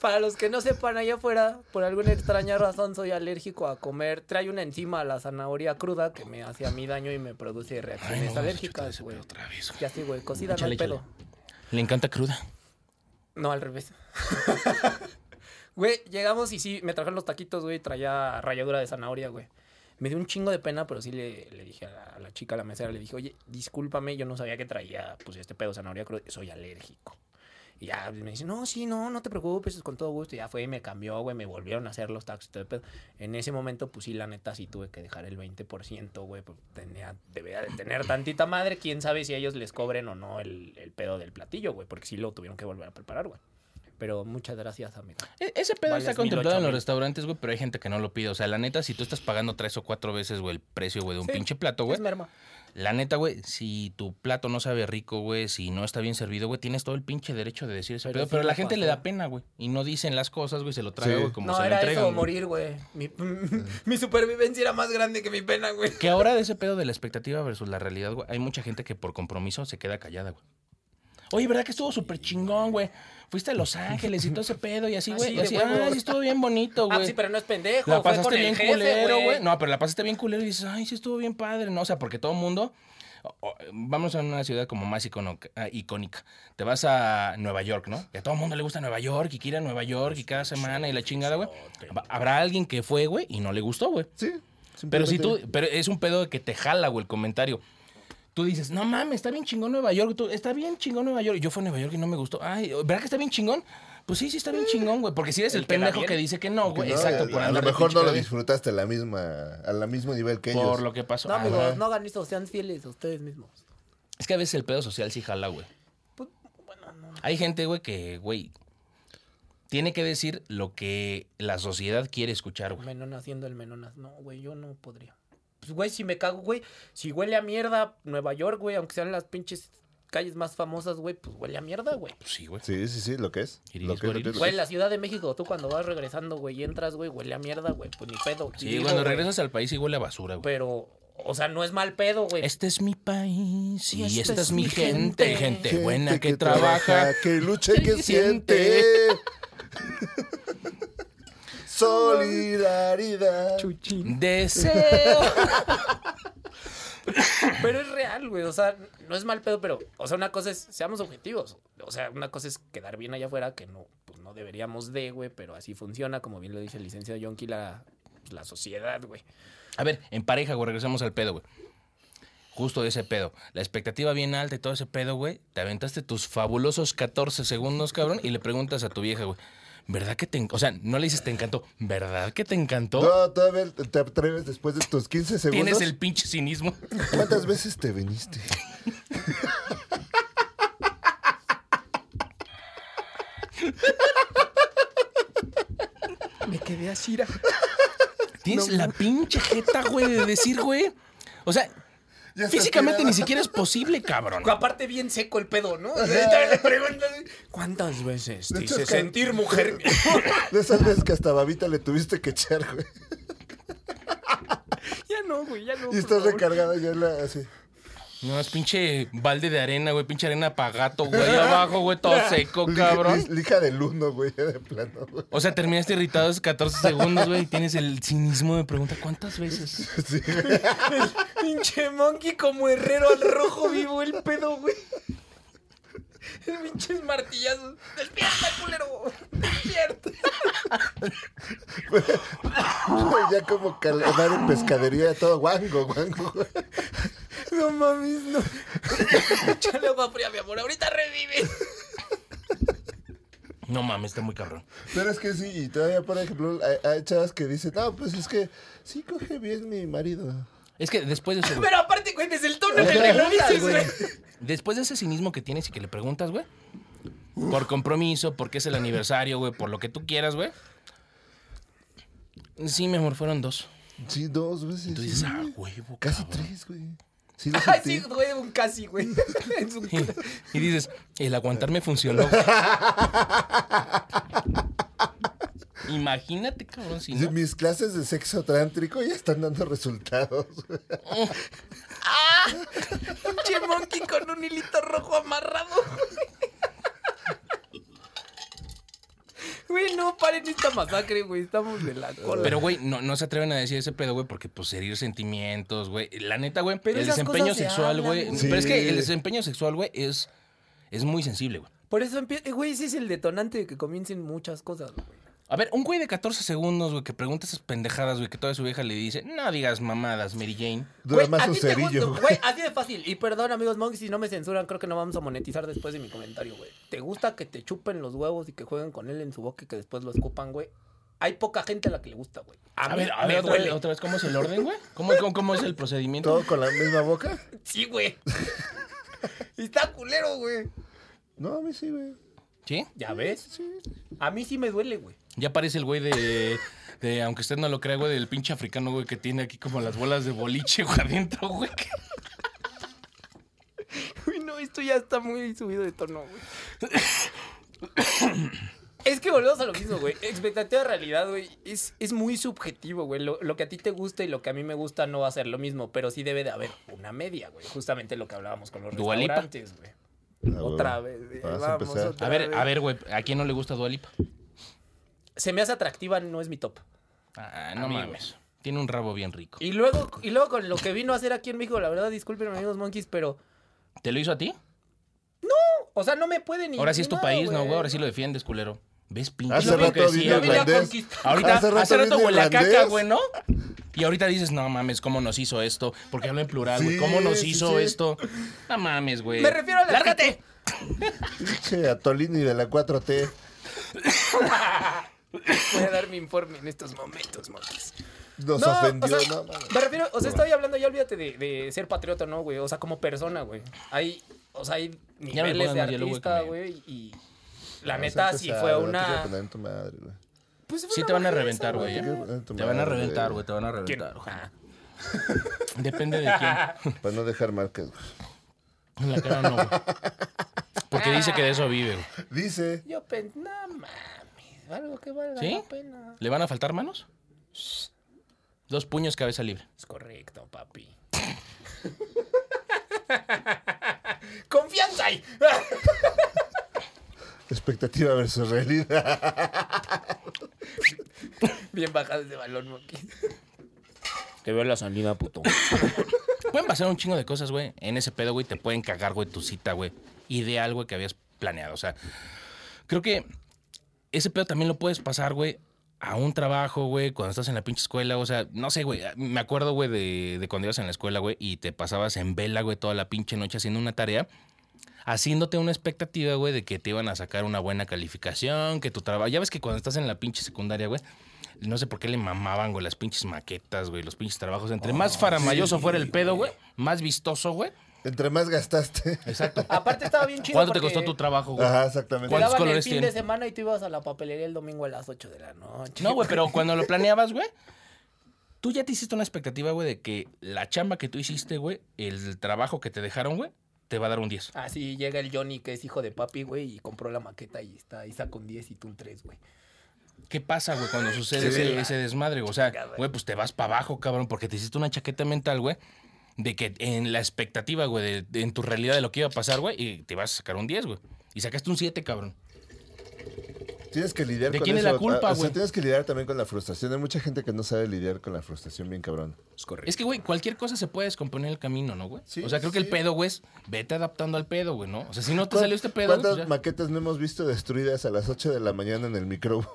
Speaker 3: Para los que no sepan, allá afuera, por alguna extraña razón, soy alérgico a comer. Trae una enzima a la zanahoria cruda que me hace a mí daño y me produce
Speaker 2: Ay,
Speaker 3: reacciones
Speaker 2: no, chútale
Speaker 3: alérgicas,
Speaker 2: ese
Speaker 3: güey.
Speaker 2: pedo otra vez, güey.
Speaker 3: Ya sí, güey, cocida no
Speaker 2: Échale,
Speaker 3: hay
Speaker 2: échale.
Speaker 3: pedo.
Speaker 2: Le encanta cruda.
Speaker 3: No, al revés. Güey, llegamos y sí, me trajeron los taquitos, güey, traía ralladura de zanahoria, güey. Me dio un chingo de pena, pero sí le, le dije a la, a la chica, a la mesera, le dije, oye, discúlpame, yo no sabía que traía, pues, este pedo de zanahoria, cruda, soy alérgico. Y ya pues, me dice, no, sí, no, no te preocupes, es con todo gusto. Y ya fue y me cambió, güey, me volvieron a hacer los tacos y todo el pedo. En ese momento, pues sí, la neta, sí tuve que dejar el 20%, güey, pues, tenía, debía de tener tantita madre, quién sabe si ellos les cobren o no el, el pedo del platillo, güey, porque sí lo tuvieron que volver a preparar, güey. Pero muchas gracias, amigo.
Speaker 2: E- Ese pedo
Speaker 3: Vales
Speaker 2: está
Speaker 3: mil,
Speaker 2: contemplado
Speaker 3: ocho
Speaker 2: en los
Speaker 3: mil.
Speaker 2: restaurantes, güey, pero hay gente que no lo pide. O sea, la neta, si tú estás pagando tres o cuatro veces, güey, el precio, güey, de un
Speaker 3: Sí,
Speaker 2: pinche plato, güey.
Speaker 3: Es merma.
Speaker 2: La neta, güey, si tu plato no sabe rico, güey, si no está bien servido, güey, tienes todo el pinche derecho de decir ese
Speaker 3: Pero
Speaker 2: pedo.
Speaker 3: sí
Speaker 2: Pero
Speaker 3: me
Speaker 2: la gente le
Speaker 3: pasó.
Speaker 2: da pena, güey. Y no dicen las cosas, güey, se lo trae,
Speaker 4: Sí.
Speaker 2: güey, como
Speaker 3: no,
Speaker 2: se lo
Speaker 3: era
Speaker 2: entregan.
Speaker 3: eso,
Speaker 2: güey.
Speaker 3: morir, güey. Mi, mi supervivencia era más grande que mi pena, güey.
Speaker 2: Que ahora de ese pedo de la expectativa versus la realidad, güey, hay mucha gente que por compromiso se queda callada, güey. Oye, ¿verdad que estuvo súper chingón, güey? Fuiste a Los Ángeles y todo ese pedo y así, güey.
Speaker 3: Así
Speaker 2: y
Speaker 3: de
Speaker 2: así,
Speaker 3: huevos.
Speaker 2: ah, sí estuvo bien bonito,
Speaker 3: Ah,
Speaker 2: güey.
Speaker 3: sí, pero no es pendejo.
Speaker 2: La
Speaker 3: fue con
Speaker 2: pasaste
Speaker 3: el
Speaker 2: bien
Speaker 3: jefe,
Speaker 2: culero, güey. No, pero la pasaste bien culero y dices, ay, sí estuvo bien padre, ¿no? O sea, porque todo el mundo. o- o- Vamos a una ciudad como más icono- ah, icónica. Te vas a Nueva York, ¿no? Y a todo el mundo le gusta Nueva York y quiere ir a Nueva York y cada semana y la chingada, güey. Hab- Habrá alguien que fue, güey, y no le gustó, güey.
Speaker 4: Sí.
Speaker 2: Pero si
Speaker 4: simplemente.
Speaker 2: tú. Pero es un pedo que te jala, güey, el comentario. Tú dices, no mames, está bien chingón Nueva York. tú, está bien chingón Nueva York. Y yo fui a Nueva York y no me gustó. Ay, ¿verdad que está bien chingón? Pues sí, sí está bien chingón, güey. Porque si eres el,
Speaker 3: El que la
Speaker 2: pendejo
Speaker 3: viene.
Speaker 2: que dice que no,
Speaker 4: Que
Speaker 2: güey.
Speaker 4: no,
Speaker 2: Exacto,
Speaker 4: a, a lo
Speaker 2: andar de
Speaker 4: mejor
Speaker 2: pinche
Speaker 4: no lo
Speaker 2: cabeza.
Speaker 4: disfrutaste a la misma, al mismo nivel que ellos.
Speaker 2: Por lo que pasó.
Speaker 3: No,
Speaker 2: Ah,
Speaker 3: amigos,
Speaker 2: güey.
Speaker 3: no hagan eso, sean fieles a ustedes mismos.
Speaker 2: Es que a veces el pedo social sí jala, güey.
Speaker 3: Pues, bueno, no.
Speaker 2: Hay gente, güey, que, güey, tiene que decir lo que la sociedad quiere escuchar, güey.
Speaker 3: Menonas siendo el menonas. No, güey, yo no podría. Pues, güey, si me cago, güey. Si huele a mierda Nueva York, güey, aunque sean las pinches calles más famosas, güey, pues huele a mierda, güey.
Speaker 2: Pues sí, güey.
Speaker 4: Sí, sí, sí, lo que es.
Speaker 2: Iris,
Speaker 4: Lo que es, lo que es, lo que
Speaker 3: Güey,
Speaker 4: es.
Speaker 3: la Ciudad de México, tú cuando vas regresando, güey, y entras, güey, huele a mierda, güey. Pues ni pedo.
Speaker 2: Sí,
Speaker 3: Digo,
Speaker 2: cuando
Speaker 3: güey,
Speaker 2: regresas al país sí huele a basura, güey.
Speaker 3: Pero, o sea, no es mal pedo, güey.
Speaker 2: Este
Speaker 3: Este
Speaker 2: es mi país y, esta, es, mi gente. Gente,
Speaker 4: Gente
Speaker 2: buena que, trabaja.
Speaker 4: que lucha y
Speaker 2: que
Speaker 4: que siente. Solidaridad.
Speaker 2: Deseo.
Speaker 3: Pero es real, güey. O sea, no es mal pedo, pero, o sea, una cosa es, seamos objetivos. O sea, una cosa es quedar bien allá afuera, que no, pues no deberíamos de, güey, pero así funciona, como bien lo dice el licenciado Yonki, la, pues, la sociedad, güey.
Speaker 2: A ver, en pareja, güey, regresamos al pedo, güey. Justo de ese pedo. La expectativa bien alta y todo ese pedo, güey. Te aventaste tus fabulosos 14 segundos, cabrón, y le preguntas a tu vieja, güey. ¿Verdad que te encantó? O sea, no le dices te encantó. ¿Verdad que te encantó?
Speaker 4: No, todavía te atreves después de estos 15 segundos.
Speaker 2: Tienes el pinche cinismo.
Speaker 4: ¿Cuántas veces te viniste?
Speaker 3: Me quedé así.
Speaker 2: Tienes la pinche jeta, güey, de decir, güey. O sea,
Speaker 4: Ya estás
Speaker 2: físicamente
Speaker 4: tirada.
Speaker 2: ni siquiera es posible, cabrón.
Speaker 3: Aparte, bien seco el pedo, ¿no? Ahorita le preguntas, ¿cuántas veces te hice
Speaker 4: hecho, es que-
Speaker 3: sentir mujer?
Speaker 4: De esas veces que hasta babita le tuviste que echar, güey.
Speaker 3: ya no, güey, ya no.
Speaker 4: Y estás recargada ya en la. Así.
Speaker 2: No, es pinche balde de arena, güey. Pinche arena pa' gato, güey. ahí abajo, güey, todo seco,
Speaker 4: Lija-
Speaker 2: cabrón.
Speaker 4: li- Lija del uno, güey, ya de plano, güey.
Speaker 2: O sea, terminaste irritado esos 14 segundos, güey. y Tienes el cinismo de pregunta, ¿cuántas veces?
Speaker 4: Sí.
Speaker 3: Pinche monkey como herrero al rojo vivo el pedo, güey. Pinches martillazos. Despierta, culero. Despierta.
Speaker 4: ya como calamar en pescadería, todo guango, guango, güey.
Speaker 3: No mames, no. Échale agua fría, mi amor. Ahorita revive.
Speaker 2: No mames, está muy cabrón.
Speaker 4: Pero es que sí, y todavía, por ejemplo, hay, hay chavas que dicen, no, pues es que sí coge bien mi marido.
Speaker 2: Es que después de eso, güey,
Speaker 3: Pero aparte, güey, desde el tono que le dices, güey.
Speaker 2: después de ese cinismo que tienes y que le preguntas, güey, por compromiso, porque es el aniversario, güey, por lo que tú quieras, güey. Sí, mi amor, fueron dos.
Speaker 4: Sí, dos veces.
Speaker 2: Tú dices,
Speaker 4: sí,
Speaker 2: ah,
Speaker 4: güey.
Speaker 2: huevo,
Speaker 4: Casi
Speaker 2: cabrón.
Speaker 4: tres, güey. Sí, lo
Speaker 3: Ay, sí,
Speaker 4: sentí.
Speaker 3: güey, un casi, güey. Es un casi.
Speaker 2: Y dices, el aguantarme funcionó. güey". Imagínate, cabrón, si
Speaker 4: Sí,
Speaker 2: no.
Speaker 4: Mis clases de sexo trántrico ya están dando resultados. güey.
Speaker 3: Pinche monkey con un hilito rojo amarrado. Güey, no paren esta masacre, güey. Estamos de la cola.
Speaker 2: Pero, güey, no, no se atreven a decir ese pedo, güey, porque pues herir sentimientos, güey. La neta, güey,
Speaker 3: Pero
Speaker 2: el
Speaker 3: esas
Speaker 2: desempeño
Speaker 3: cosas se
Speaker 2: sexual,
Speaker 3: hablan,
Speaker 2: güey.
Speaker 3: güey.
Speaker 2: Pero es que
Speaker 4: Sí.
Speaker 2: el desempeño sexual, güey, es, es muy sensible, güey.
Speaker 3: Por eso empieza. eh, Güey, ese es el detonante de que comiencen muchas cosas, güey.
Speaker 2: A ver, un güey de 14 segundos, güey, que pregunta esas pendejadas, güey, que toda su vieja le dice, no digas mamadas, Mary Jane.
Speaker 4: Dura
Speaker 3: Güey,
Speaker 4: más
Speaker 3: ¿a
Speaker 4: un
Speaker 3: ti te gusta-
Speaker 4: cerillo.
Speaker 3: Güey, así de fácil. Y perdón, amigos monks, si no me censuran, creo que no vamos a monetizar después de mi comentario, güey. ¿Te gusta que te chupen los huevos y que jueguen con él en su boca y que después lo escupan, güey? Hay poca gente a la que le gusta, güey. A,
Speaker 2: A
Speaker 3: mí
Speaker 2: ver, a
Speaker 3: me
Speaker 2: ver, güey,
Speaker 3: duele.
Speaker 2: otra vez, ¿cómo es el orden, güey? ¿Cómo, cómo, cómo es el procedimiento?
Speaker 4: ¿Todo con la misma boca?
Speaker 3: Sí, güey. Y Está culero, güey.
Speaker 4: No, a mí sí, güey.
Speaker 2: ¿Sí?
Speaker 3: ¿Ya ves? A mí sí me duele, güey.
Speaker 2: Ya parece el güey de, de, aunque usted no lo crea, güey, del pinche africano, güey, que tiene aquí como las bolas de boliche, güey, adentro, güey.
Speaker 3: Uy, no, esto ya está muy subido de tono, güey. Es que volvemos a lo mismo, güey. Expectativa de realidad, güey. Es, es muy subjetivo, güey. Lo, lo que a ti te gusta y lo que a mí me gusta no va a ser lo mismo, pero sí debe de haber una media, güey. Justamente lo que hablábamos con los
Speaker 2: Dua Lipa.
Speaker 3: restaurantes, güey.
Speaker 4: Ah,
Speaker 3: Otra
Speaker 4: güey.
Speaker 3: vez. güey.
Speaker 4: Vas a
Speaker 3: Vamos,
Speaker 4: empezar.
Speaker 2: A
Speaker 3: otra
Speaker 2: ver,
Speaker 3: vez.
Speaker 2: a ver, güey, ¿a quién no le gusta Dualipa?
Speaker 3: Se me hace atractiva, no es mi top.
Speaker 2: Ah, no
Speaker 3: A mí,
Speaker 2: mames. Tiene un rabo bien rico.
Speaker 3: Y luego, y luego con lo que vino a hacer aquí en México, la verdad, disculpen, amigos monkeys, pero.
Speaker 2: ¿Te lo hizo a ti?
Speaker 3: O sea, no me puede ni.
Speaker 2: Ahora sí es tu
Speaker 3: ni
Speaker 2: país,
Speaker 3: nada,
Speaker 2: ¿no, güey? Ahora sí lo defiendes, culero. ¿Ves, pinche?
Speaker 4: Hace
Speaker 2: hipocresía,
Speaker 4: rato vino
Speaker 2: güey?
Speaker 3: vine a
Speaker 4: irlandés.
Speaker 3: conquistar.
Speaker 2: Ahorita, hace rato,
Speaker 4: vino
Speaker 2: huele a caca,
Speaker 4: irlandés.
Speaker 2: güey, ¿no? Y ahorita dices, no mames, ¿cómo nos hizo esto? Porque hablo en plural, güey.
Speaker 4: Sí,
Speaker 2: ¿Cómo nos
Speaker 4: sí,
Speaker 2: hizo
Speaker 4: sí.
Speaker 2: esto? No mames, güey.
Speaker 3: Me refiero a la.
Speaker 2: eh, ¡Lárgate!
Speaker 4: Pinche Atolini de la 4T.
Speaker 3: Voy a dar mi informe en estos momentos, monkeys.
Speaker 4: Nos
Speaker 3: No,
Speaker 4: ofendió,
Speaker 3: o sea,
Speaker 4: no mames.
Speaker 3: Me refiero, o sea, estoy hablando, ya olvídate de, de ser patriota, ¿no, güey? O sea, como persona, güey. Hay, o sea, hay
Speaker 2: Ya me
Speaker 3: niveles
Speaker 2: pongan
Speaker 3: de
Speaker 2: más hielo, güey,
Speaker 3: artista,
Speaker 2: que me-
Speaker 3: güey, y la
Speaker 4: Vas a
Speaker 3: neta sí
Speaker 4: empezar,
Speaker 3: fue
Speaker 4: güey, no te quiero
Speaker 3: una...
Speaker 4: poner en tu madre, güey.
Speaker 3: Pues fue
Speaker 2: Sí
Speaker 3: una
Speaker 2: te van a
Speaker 3: bajeza,
Speaker 2: reventar, güey.
Speaker 4: Qué
Speaker 2: ¿eh?
Speaker 4: bueno, tu
Speaker 2: Te van a
Speaker 4: madre,
Speaker 2: reventar, güey. Te van a reventar. güey. Depende de quién.
Speaker 4: Para no dejar marcas, güey.
Speaker 2: En la cara no, güey. Porque dice que de eso vive, güey.
Speaker 4: Dice.
Speaker 3: Yo pensé, no mames, algo que valga
Speaker 2: ¿Sí?
Speaker 3: la pena.
Speaker 2: ¿Le van a faltar manos? Dos puños, cabeza libre.
Speaker 3: Es correcto, papi. ¡Confianza ahí!
Speaker 4: Expectativa versus realidad.
Speaker 3: Bien bajado ese balón, Moqui. Te veo la salida, puto.
Speaker 2: Pueden pasar un chingo de cosas, güey. En ese pedo, güey, te pueden cagar, güey, tu cita, güey. Ideal, güey, que habías planeado. O sea, creo que ese pedo también lo puedes pasar, güey, a un trabajo, güey, cuando estás en la pinche escuela. O sea, no sé, güey. Me acuerdo, güey, de, de cuando ibas en la escuela, güey, y te pasabas en vela, güey, toda la pinche noche haciendo una tarea. Haciéndote una expectativa, güey, de que te iban a sacar una buena calificación, que tu trabajo. Ya ves que cuando estás en la pinche secundaria, güey, no sé por qué le mamaban, güey, las pinches maquetas, güey, los pinches trabajos. Entre más faramayoso fuera el pedo, Ah, güey, más vistoso, güey.
Speaker 4: Entre más gastaste.
Speaker 2: Exacto.
Speaker 3: Aparte estaba bien chido
Speaker 2: ¿Cuánto te
Speaker 3: porque
Speaker 2: costó tu trabajo, güey?
Speaker 4: Ajá,
Speaker 3: Te
Speaker 4: exactamente.
Speaker 2: ¿Cuál- ¿Cuántos
Speaker 3: daban el
Speaker 2: colores
Speaker 3: fin
Speaker 2: tiene?
Speaker 3: de semana y tú ibas a la papelería el domingo a las 8 de la noche.
Speaker 2: No, güey, pero cuando lo planeabas, güey, tú ya te hiciste una expectativa, güey, de que la chamba que tú hiciste, güey, el trabajo que te dejaron, güey, te va a dar un 10.
Speaker 3: Así Ah, llega el Johnny, que es hijo de papi, güey, y compró la maqueta y está y saca un 10 y tú un 3, güey.
Speaker 2: ¿Qué pasa, güey, cuando sucede
Speaker 4: Sí.
Speaker 2: ese, ese desmadre? güey? O sea,
Speaker 3: Chingada, güey.
Speaker 2: güey, pues te vas para abajo, cabrón, porque te hiciste una chaqueta mental, güey, de que en la expectativa, güey, de- de- en tu realidad de lo que iba a pasar, güey, y te vas a sacar un 10, güey. Y sacaste un 7, cabrón.
Speaker 4: Tienes que lidiar
Speaker 2: ¿De
Speaker 4: con
Speaker 2: quién es
Speaker 4: eso. ah,
Speaker 2: la culpa,
Speaker 4: O sea,
Speaker 2: güey?
Speaker 4: tienes que lidiar también con la frustración. Hay mucha gente que no sabe lidiar con la frustración bien cabrón.
Speaker 3: Es correcto.
Speaker 2: Es que, güey, cualquier cosa se puede descomponer en el camino, ¿no, güey?
Speaker 4: Sí,
Speaker 2: o sea, creo que el
Speaker 4: sí.
Speaker 2: pedo, güey, es vete adaptando al pedo, güey, ¿no? O sea, si no te
Speaker 4: ¿Cuán-
Speaker 2: salió este pedo, güey,
Speaker 4: ¿Cuántas
Speaker 2: pues ya.
Speaker 4: maquetas no hemos visto destruidas a las 8 de la mañana en el microbús?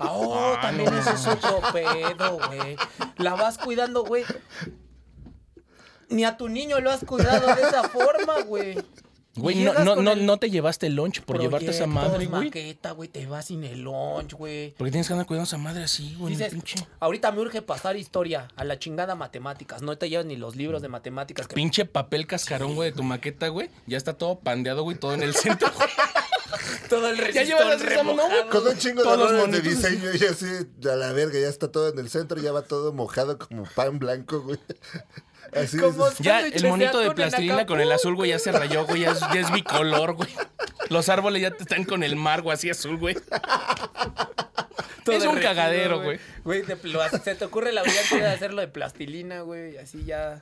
Speaker 3: Ah, oh,
Speaker 2: Ah,
Speaker 3: también
Speaker 2: no.
Speaker 3: eso es otro pedo, güey. La vas cuidando, güey. Ni a tu niño lo has cuidado de esa forma, güey.
Speaker 2: Güey, no,
Speaker 3: Llegas
Speaker 2: no,
Speaker 3: con
Speaker 2: no,
Speaker 3: el
Speaker 2: no te llevaste el lunch por llevarte esa
Speaker 3: proyectos,
Speaker 2: madre, güey.
Speaker 3: maqueta, güey, te vas sin el lunch, güey.
Speaker 2: Porque tienes que andar cuidando a esa madre así, güey. en el
Speaker 3: Dices,
Speaker 2: Pinche,
Speaker 3: ahorita me urge pasar historia a la chingada matemáticas. No te llevas ni los libros de matemáticas. que-
Speaker 2: pinche papel cascarón, güey, de tu maqueta, güey. Ya está todo pandeado, güey, todo en el centro. güey.
Speaker 3: Todo el
Speaker 2: ya
Speaker 3: resistol
Speaker 2: llevas esa
Speaker 3: remojado.
Speaker 2: mano, güey.
Speaker 4: Con un chingo de
Speaker 2: Todos los
Speaker 4: errores de
Speaker 2: monitos así.
Speaker 4: diseño y así, a la verga, ya está todo en el centro, ya va todo mojado como pan blanco, güey. Así
Speaker 3: Como
Speaker 4: dices,
Speaker 2: Ya
Speaker 3: sándwiches
Speaker 2: el monito de
Speaker 3: atún en
Speaker 2: plastilina con el
Speaker 3: Acapulco.
Speaker 2: azul, güey, ya se rayó, güey. Ya es, ya es bicolor, güey. Los árboles ya te están con el mar, güey, así azul, güey.
Speaker 3: Todo
Speaker 2: es un
Speaker 3: derretido,
Speaker 2: cagadero, güey.
Speaker 3: Güey, te pl- lo- se te ocurre la brillante idea de hacerlo de plastilina, güey. y Así ya.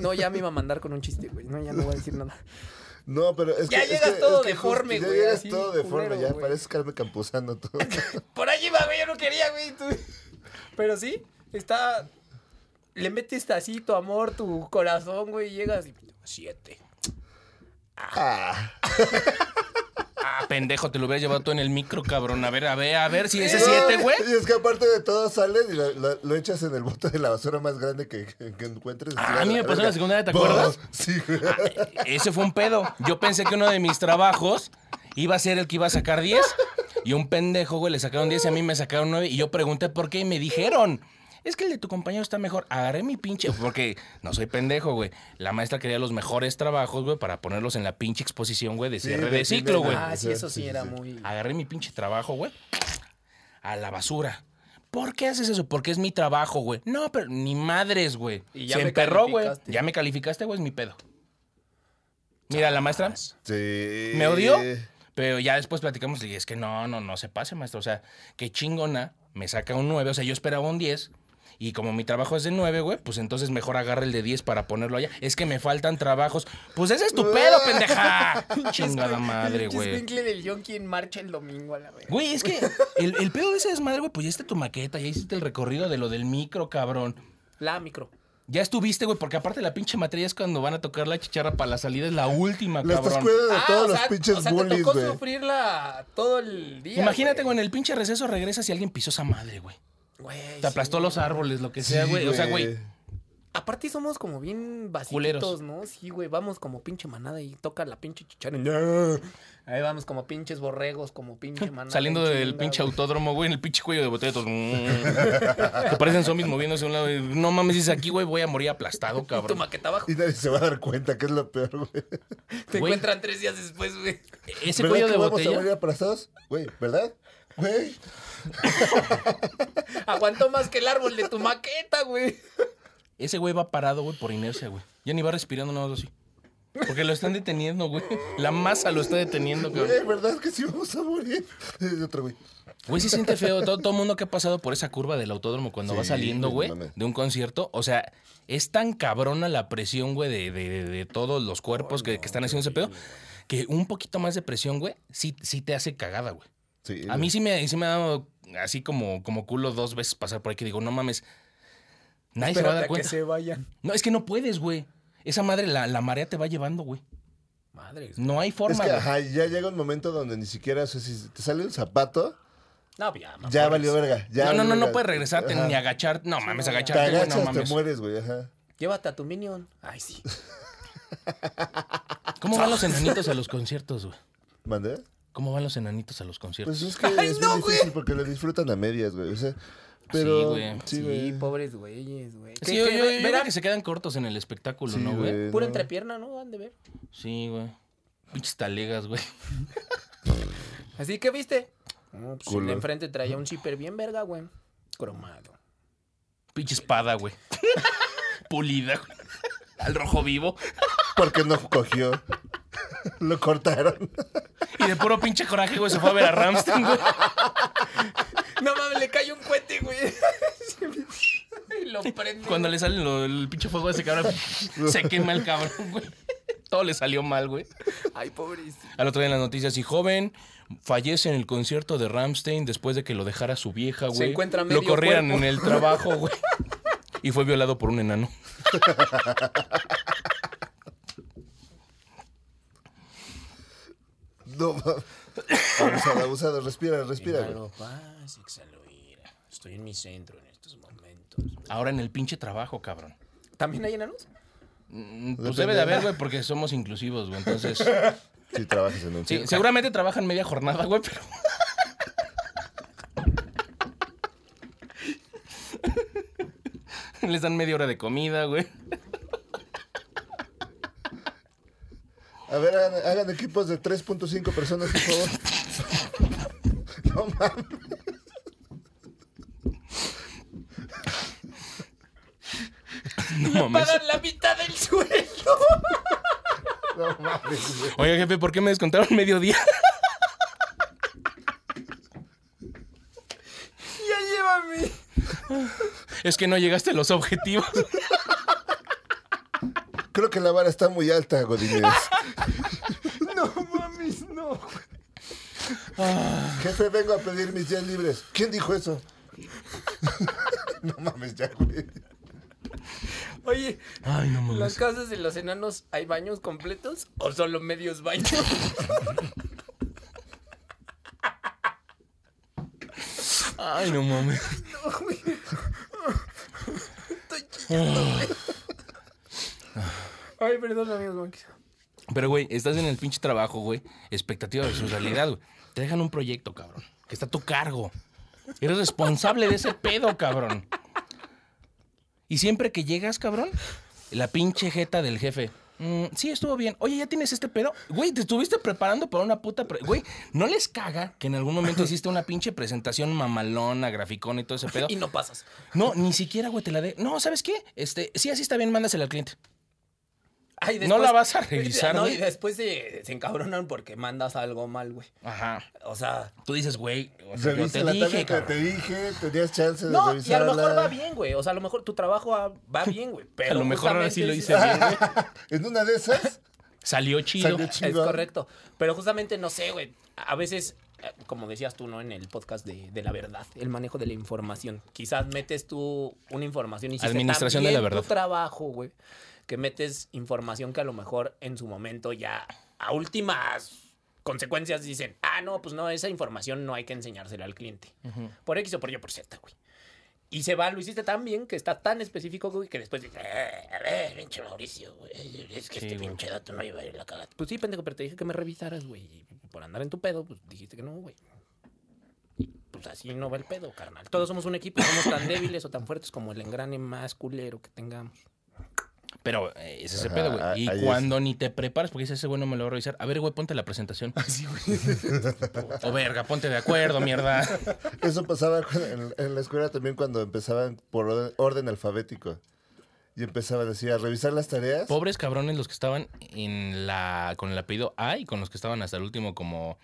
Speaker 3: No, ya me iba a mandar con un chiste, güey. No, ya no voy a decir nada.
Speaker 4: No, pero es
Speaker 3: Ya
Speaker 4: que. es
Speaker 3: llegas
Speaker 4: que-
Speaker 3: todo
Speaker 4: es que justo-
Speaker 3: deforme,
Speaker 4: Ya
Speaker 3: güey,
Speaker 4: llegas
Speaker 3: así,
Speaker 4: todo deforme,
Speaker 3: culero,
Speaker 4: ya
Speaker 3: güey.
Speaker 4: pareces Carmen Campuzano todo.
Speaker 3: Por allí va, güey. Yo no quería, güey. tú. Pero sí, está. Le metes así tu amor, tu corazón, güey. Y llegas y. Siete.
Speaker 4: Ah.
Speaker 2: Ah, pendejo, te lo hubieras llevado tú en el micro, cabrón. A ver, a ver, a ver si
Speaker 3: Eh,
Speaker 2: ese 7, güey.
Speaker 4: Y es que aparte de todo sales y lo, lo- lo echas en el bote de la basura más grande que, que- que encuentres.
Speaker 2: Ah, a mí me pasó en la
Speaker 4: verga.
Speaker 2: secundaria, ¿te
Speaker 4: Bah,
Speaker 2: acuerdas? Ah.
Speaker 4: Sí, güey.
Speaker 2: Ese fue un pedo. Yo pensé que uno de mis trabajos iba a ser el que iba a sacar 10. Y un pendejo, güey, le sacaron 10 y a mí me sacaron 9. Y yo pregunté por qué y me dijeron. Es que el de tu compañero está mejor. Agarré mi pinche. Porque no soy pendejo, güey. La maestra quería los mejores trabajos, güey, para ponerlos en la pinche exposición, güey, de
Speaker 4: Sí,
Speaker 2: cierre
Speaker 4: de
Speaker 2: de
Speaker 4: fin de
Speaker 2: ciclo, güey.
Speaker 4: año.
Speaker 3: Ah, sí,
Speaker 4: Pues, sí,
Speaker 3: eso sí,
Speaker 4: sí, Ah,
Speaker 3: era
Speaker 4: sí.
Speaker 3: muy.
Speaker 2: Agarré mi pinche trabajo, güey. A la basura. ¿Por qué haces eso? Porque es mi trabajo, güey. No, pero ni madres, güey.
Speaker 3: Y ya
Speaker 2: Se
Speaker 3: me
Speaker 2: emperró, güey.
Speaker 3: calificaste.
Speaker 2: Ya me calificaste, güey, es mi pedo. Mira, la maestra
Speaker 3: Ah,
Speaker 4: Sí.
Speaker 2: me odió,
Speaker 3: Eh.
Speaker 2: pero ya después platicamos y es que no, no, no se pase, maestro. O sea, qué chingona, me saca un 9, o sea, yo esperaba un 10. Y como mi trabajo es de 9, güey, pues entonces mejor agarra el de 10 para ponerlo allá. Es que me faltan trabajos. Pues ese es tu pedo, pendeja. Chingada madre,
Speaker 3: El
Speaker 2: güey.
Speaker 3: escuincle del Yonki en marcha el domingo a la vez.
Speaker 2: Güey, es que el, el pedo de ese desmadre, güey, pues ya está tu maqueta, ya hiciste el recorrido de lo del micro, cabrón.
Speaker 3: La micro.
Speaker 2: Ya estuviste, güey, porque aparte la pinche materia es cuando van a tocar la chicharra para la salida, es la última,
Speaker 4: Las
Speaker 2: cabrón.
Speaker 4: descuidas de
Speaker 3: Ah,
Speaker 4: todos
Speaker 3: o
Speaker 4: los
Speaker 3: sea,
Speaker 4: pinches
Speaker 3: o sea, te
Speaker 4: bullies,
Speaker 3: tocó
Speaker 4: güey.
Speaker 3: sufrirla todo el día.
Speaker 2: Imagínate,
Speaker 3: güey.
Speaker 2: güey, en el pinche receso regresas y alguien pisó esa madre, güey.
Speaker 3: Güey,
Speaker 2: Te aplastó
Speaker 3: sí.
Speaker 2: los árboles, lo que sea, güey. O sea, güey.
Speaker 3: Aparte somos como bien
Speaker 2: Culeros.
Speaker 3: vacilitos, ¿no? Sí, güey, vamos como pinche manada y toca la pinche chichara. Ahí vamos como pinches borregos, como pinche manada.
Speaker 2: Saliendo
Speaker 3: en
Speaker 2: del
Speaker 3: chinga,
Speaker 2: pinche
Speaker 3: güey.
Speaker 2: autódromo, güey, en el pinche cuello de botella, todos, mm. Que parecen zombies moviéndose a un lado. y, No mames, dices aquí, güey, voy a morir aplastado,
Speaker 3: Y tu
Speaker 2: cabrón.
Speaker 3: maqueta abajo.
Speaker 4: Y nadie se va a dar cuenta, que es lo peor, güey.
Speaker 3: Te
Speaker 2: Güey.
Speaker 3: encuentran tres días después, güey.
Speaker 2: E-, Ese
Speaker 4: ¿Verdad
Speaker 2: cuello
Speaker 4: que
Speaker 2: de
Speaker 4: vamos a
Speaker 2: botella.
Speaker 4: morir aplastados? Güey, ¿verdad? Güey.
Speaker 3: Aguantó más que el árbol de tu maqueta, güey.
Speaker 2: Ese güey va parado, güey, por inercia, güey. Ya ni va respirando nada más así. Porque lo están deteniendo, güey. La masa lo está deteniendo,
Speaker 4: Güey,
Speaker 2: cabrón.
Speaker 4: ¿verdad que sí vamos a morir? Es otro güey.
Speaker 2: Güey, se siente feo. Todo, todo mundo que ha pasado por esa curva del autódromo cuando
Speaker 4: Sí,
Speaker 2: va saliendo, güey,
Speaker 4: güey, no mames.
Speaker 2: de un concierto. O sea, es tan cabrona la presión, güey, de, de- de- de todos los cuerpos que, que están haciendo ese pedo, que un poquito más de presión, güey, sí, sí te hace cagada, güey.
Speaker 4: Sí,
Speaker 2: A
Speaker 4: güey.
Speaker 2: mí sí me, sí me ha dado así como, como culo dos veces pasar por ahí que digo, no mames, nadie se va a
Speaker 3: Espérate
Speaker 2: dar
Speaker 3: que
Speaker 2: cuenta.
Speaker 3: se vayan.
Speaker 2: No, es que no puedes, güey. Esa madre, la, la marea te va llevando, güey.
Speaker 3: Madre.
Speaker 2: No hay
Speaker 4: Es
Speaker 2: forma.
Speaker 4: que
Speaker 2: güey.
Speaker 4: ajá, ya llega un momento donde ni siquiera, o sea, si te sale un zapato,
Speaker 3: No, ya, mamá.
Speaker 4: ya valió verga. ya
Speaker 2: no, no, no,
Speaker 4: valió
Speaker 2: no
Speaker 4: verga.
Speaker 2: puedes regresarte
Speaker 4: Ajá.
Speaker 2: ni agachar. No mames,
Speaker 3: no, ya.
Speaker 4: Te
Speaker 2: agacharte, güey, no
Speaker 4: agachas, te
Speaker 2: mames.
Speaker 4: mueres, güey, ajá.
Speaker 3: Llévate a tu minion. Ay, sí.
Speaker 2: ¿Cómo van los enanitos a los conciertos, güey?
Speaker 4: ¿Mandé?
Speaker 2: ¿Cómo van los enanitos a los conciertos?
Speaker 4: Pues es que es muy difícil porque lo disfrutan a medias, güey. O sea,
Speaker 2: Sí,
Speaker 4: pero...
Speaker 2: güey.
Speaker 4: Sí,
Speaker 3: Sí,
Speaker 4: güey.
Speaker 3: pobres güeyes, güey.
Speaker 4: Pues,
Speaker 2: sí,
Speaker 3: Que-
Speaker 2: yo,
Speaker 3: que
Speaker 2: yo- yo
Speaker 3: ve-
Speaker 2: creo
Speaker 3: verán-
Speaker 2: que se quedan cortos en el espectáculo,
Speaker 4: Sí,
Speaker 2: ¿no, güey?
Speaker 3: Puro
Speaker 4: no.
Speaker 3: entrepierna, ¿no? Han de ver.
Speaker 2: Sí, güey. Pinches talegas, güey.
Speaker 3: Así que viste. No, pues el
Speaker 4: Culo.
Speaker 3: de enfrente traía un zipper bien verga, güey. Cromado.
Speaker 2: Pinche espada, güey. Pulida, güey. Al rojo vivo.
Speaker 4: Porque no cogió. lo cortaron.
Speaker 2: Y de puro pinche coraje, güey, se fue a ver a Ramstein, güey.
Speaker 3: No mames, le cae un cohete, güey. y lo prende.
Speaker 2: Cuando le sale lo- el pinche fuego a ese cabrón, se quema el cabrón, güey. Todo le salió mal, güey.
Speaker 3: Ay, pobrecito.
Speaker 2: Al otro día en las noticias, y joven fallece en el concierto de Ramstein después de que lo dejara su vieja, güey.
Speaker 3: encuentra
Speaker 2: Lo
Speaker 3: medio
Speaker 2: corrieran
Speaker 3: cuerpo.
Speaker 2: en el trabajo, güey. Y fue violado por un enano.
Speaker 4: No, mames. abusado, abusado. Respira, respira, güey.
Speaker 3: Exhalo paz, exhalo ira. Estoy en mi centro en estos momentos.
Speaker 2: Ahora en el pinche trabajo, cabrón.
Speaker 3: ¿También hay enanos?
Speaker 2: Mm, Pues
Speaker 4: Depende.
Speaker 2: debe de haber, güey, porque somos inclusivos, güey. Entonces,
Speaker 4: Sí, trabajas en un...
Speaker 2: sí, seguramente trabajan media jornada, güey, pero. Les dan media hora de comida, güey.
Speaker 4: A ver, hagan, hagan equipos de 3.5 personas, por favor. no mames.
Speaker 2: No mames.
Speaker 3: Pagan la mitad del sueldo.
Speaker 4: No mames, güey.
Speaker 2: Oiga, jefe, ¿por qué me descontaron mediodía?
Speaker 3: Ya llévame.
Speaker 2: Es que no llegaste a los objetivos.
Speaker 4: Creo que la vara está muy alta, Godínez.
Speaker 3: No mames, no.
Speaker 4: Jefe, vengo a pedir mis días libres. ¿Quién dijo eso? no mames, ya, güey.
Speaker 3: Oye,
Speaker 2: Ay, no mames.
Speaker 3: ¿las casas de los enanos hay baños completos o solo medios baños?
Speaker 2: Ay, no mames.
Speaker 3: Ay, perdón, amigos, Max.
Speaker 2: Pero, güey, estás en el pinche trabajo, güey. Expectativa versus realidad, güey. Te dejan un proyecto, cabrón. Que está a tu cargo. Eres responsable de ese pedo, cabrón. Y siempre que llegas, cabrón, la pinche jeta del jefe. Mm, sí, estuvo bien. Oye, ¿ya tienes este pedo? Güey, te estuviste preparando para una puta... pre- Güey, ¿no les caga que en algún momento hiciste una pinche presentación mamalona, graficón y todo ese pedo?
Speaker 3: Y no pasas.
Speaker 2: No, ni siquiera, güey, te la de... No, ¿sabes qué? Este, sí, así está bien, mándasela al cliente.
Speaker 3: Ay,
Speaker 2: No la vas a revisar,
Speaker 3: No, y
Speaker 2: güey.
Speaker 3: después se, se encabronan porque mandas algo mal, güey.
Speaker 2: Ajá.
Speaker 3: O sea.
Speaker 2: Tú dices, güey, o sea, yo
Speaker 4: Revisa
Speaker 2: te
Speaker 4: la
Speaker 2: dije,
Speaker 4: tabla que
Speaker 2: cabrón.
Speaker 4: te dije, tenías chance de
Speaker 3: No, y a
Speaker 4: revisarla.
Speaker 3: lo mejor va bien, güey. O sea, a lo mejor tu trabajo va- va bien, güey. Pero
Speaker 2: A lo mejor ahora sí
Speaker 3: justamente
Speaker 2: lo
Speaker 3: es-
Speaker 2: hice bien. güey.
Speaker 4: En una de esas,
Speaker 2: Salió chido.
Speaker 4: salió
Speaker 3: Es
Speaker 4: chido.
Speaker 3: correcto. Pero justamente, no sé, güey. A veces, eh, como decías tú, ¿no? En el podcast de, de la verdad, el manejo de la información. Quizás metes tú una información y hiciste tan
Speaker 2: Administración de
Speaker 3: bien
Speaker 2: la verdad.
Speaker 3: tu trabajo, güey. Que metes información que a lo mejor en su momento ya a últimas consecuencias dicen, ah, no, pues no, esa información no hay que enseñársela al cliente. Por X o por Y o por Z, güey. Y se va, lo hiciste tan bien que está tan específico, güey, que después dice, "Eh, a ver, pinche Mauricio, güey, es que
Speaker 2: Sí,
Speaker 3: este
Speaker 2: güey.
Speaker 3: pinche dato no iba a ir la cagada. Pues sí, pendejo, pero te dije que me revisaras, güey. Y por andar en tu pedo, pues dijiste que no, güey. Y, Pues así no va el pedo, carnal. Todos somos un equipo, somos tan débiles o tan fuertes como el engrane más culero que tengamos.
Speaker 2: Pero eh, es ese
Speaker 4: Ajá,
Speaker 2: pedo, güey.
Speaker 4: ahí
Speaker 2: Y
Speaker 4: es.
Speaker 2: cuando ni te preparas, porque dices, ese güey no me lo va a revisar. A ver, güey, ponte la presentación.
Speaker 4: Ah,
Speaker 2: o verga, ponte de acuerdo, mierda.
Speaker 4: Eso pasaba cu- en, en la escuela también cuando empezaban por orden, orden alfabético. y empezaban así a revisar las tareas.
Speaker 2: Pobres cabrones los que estaban en la con el apellido A y con los que estaban hasta el último como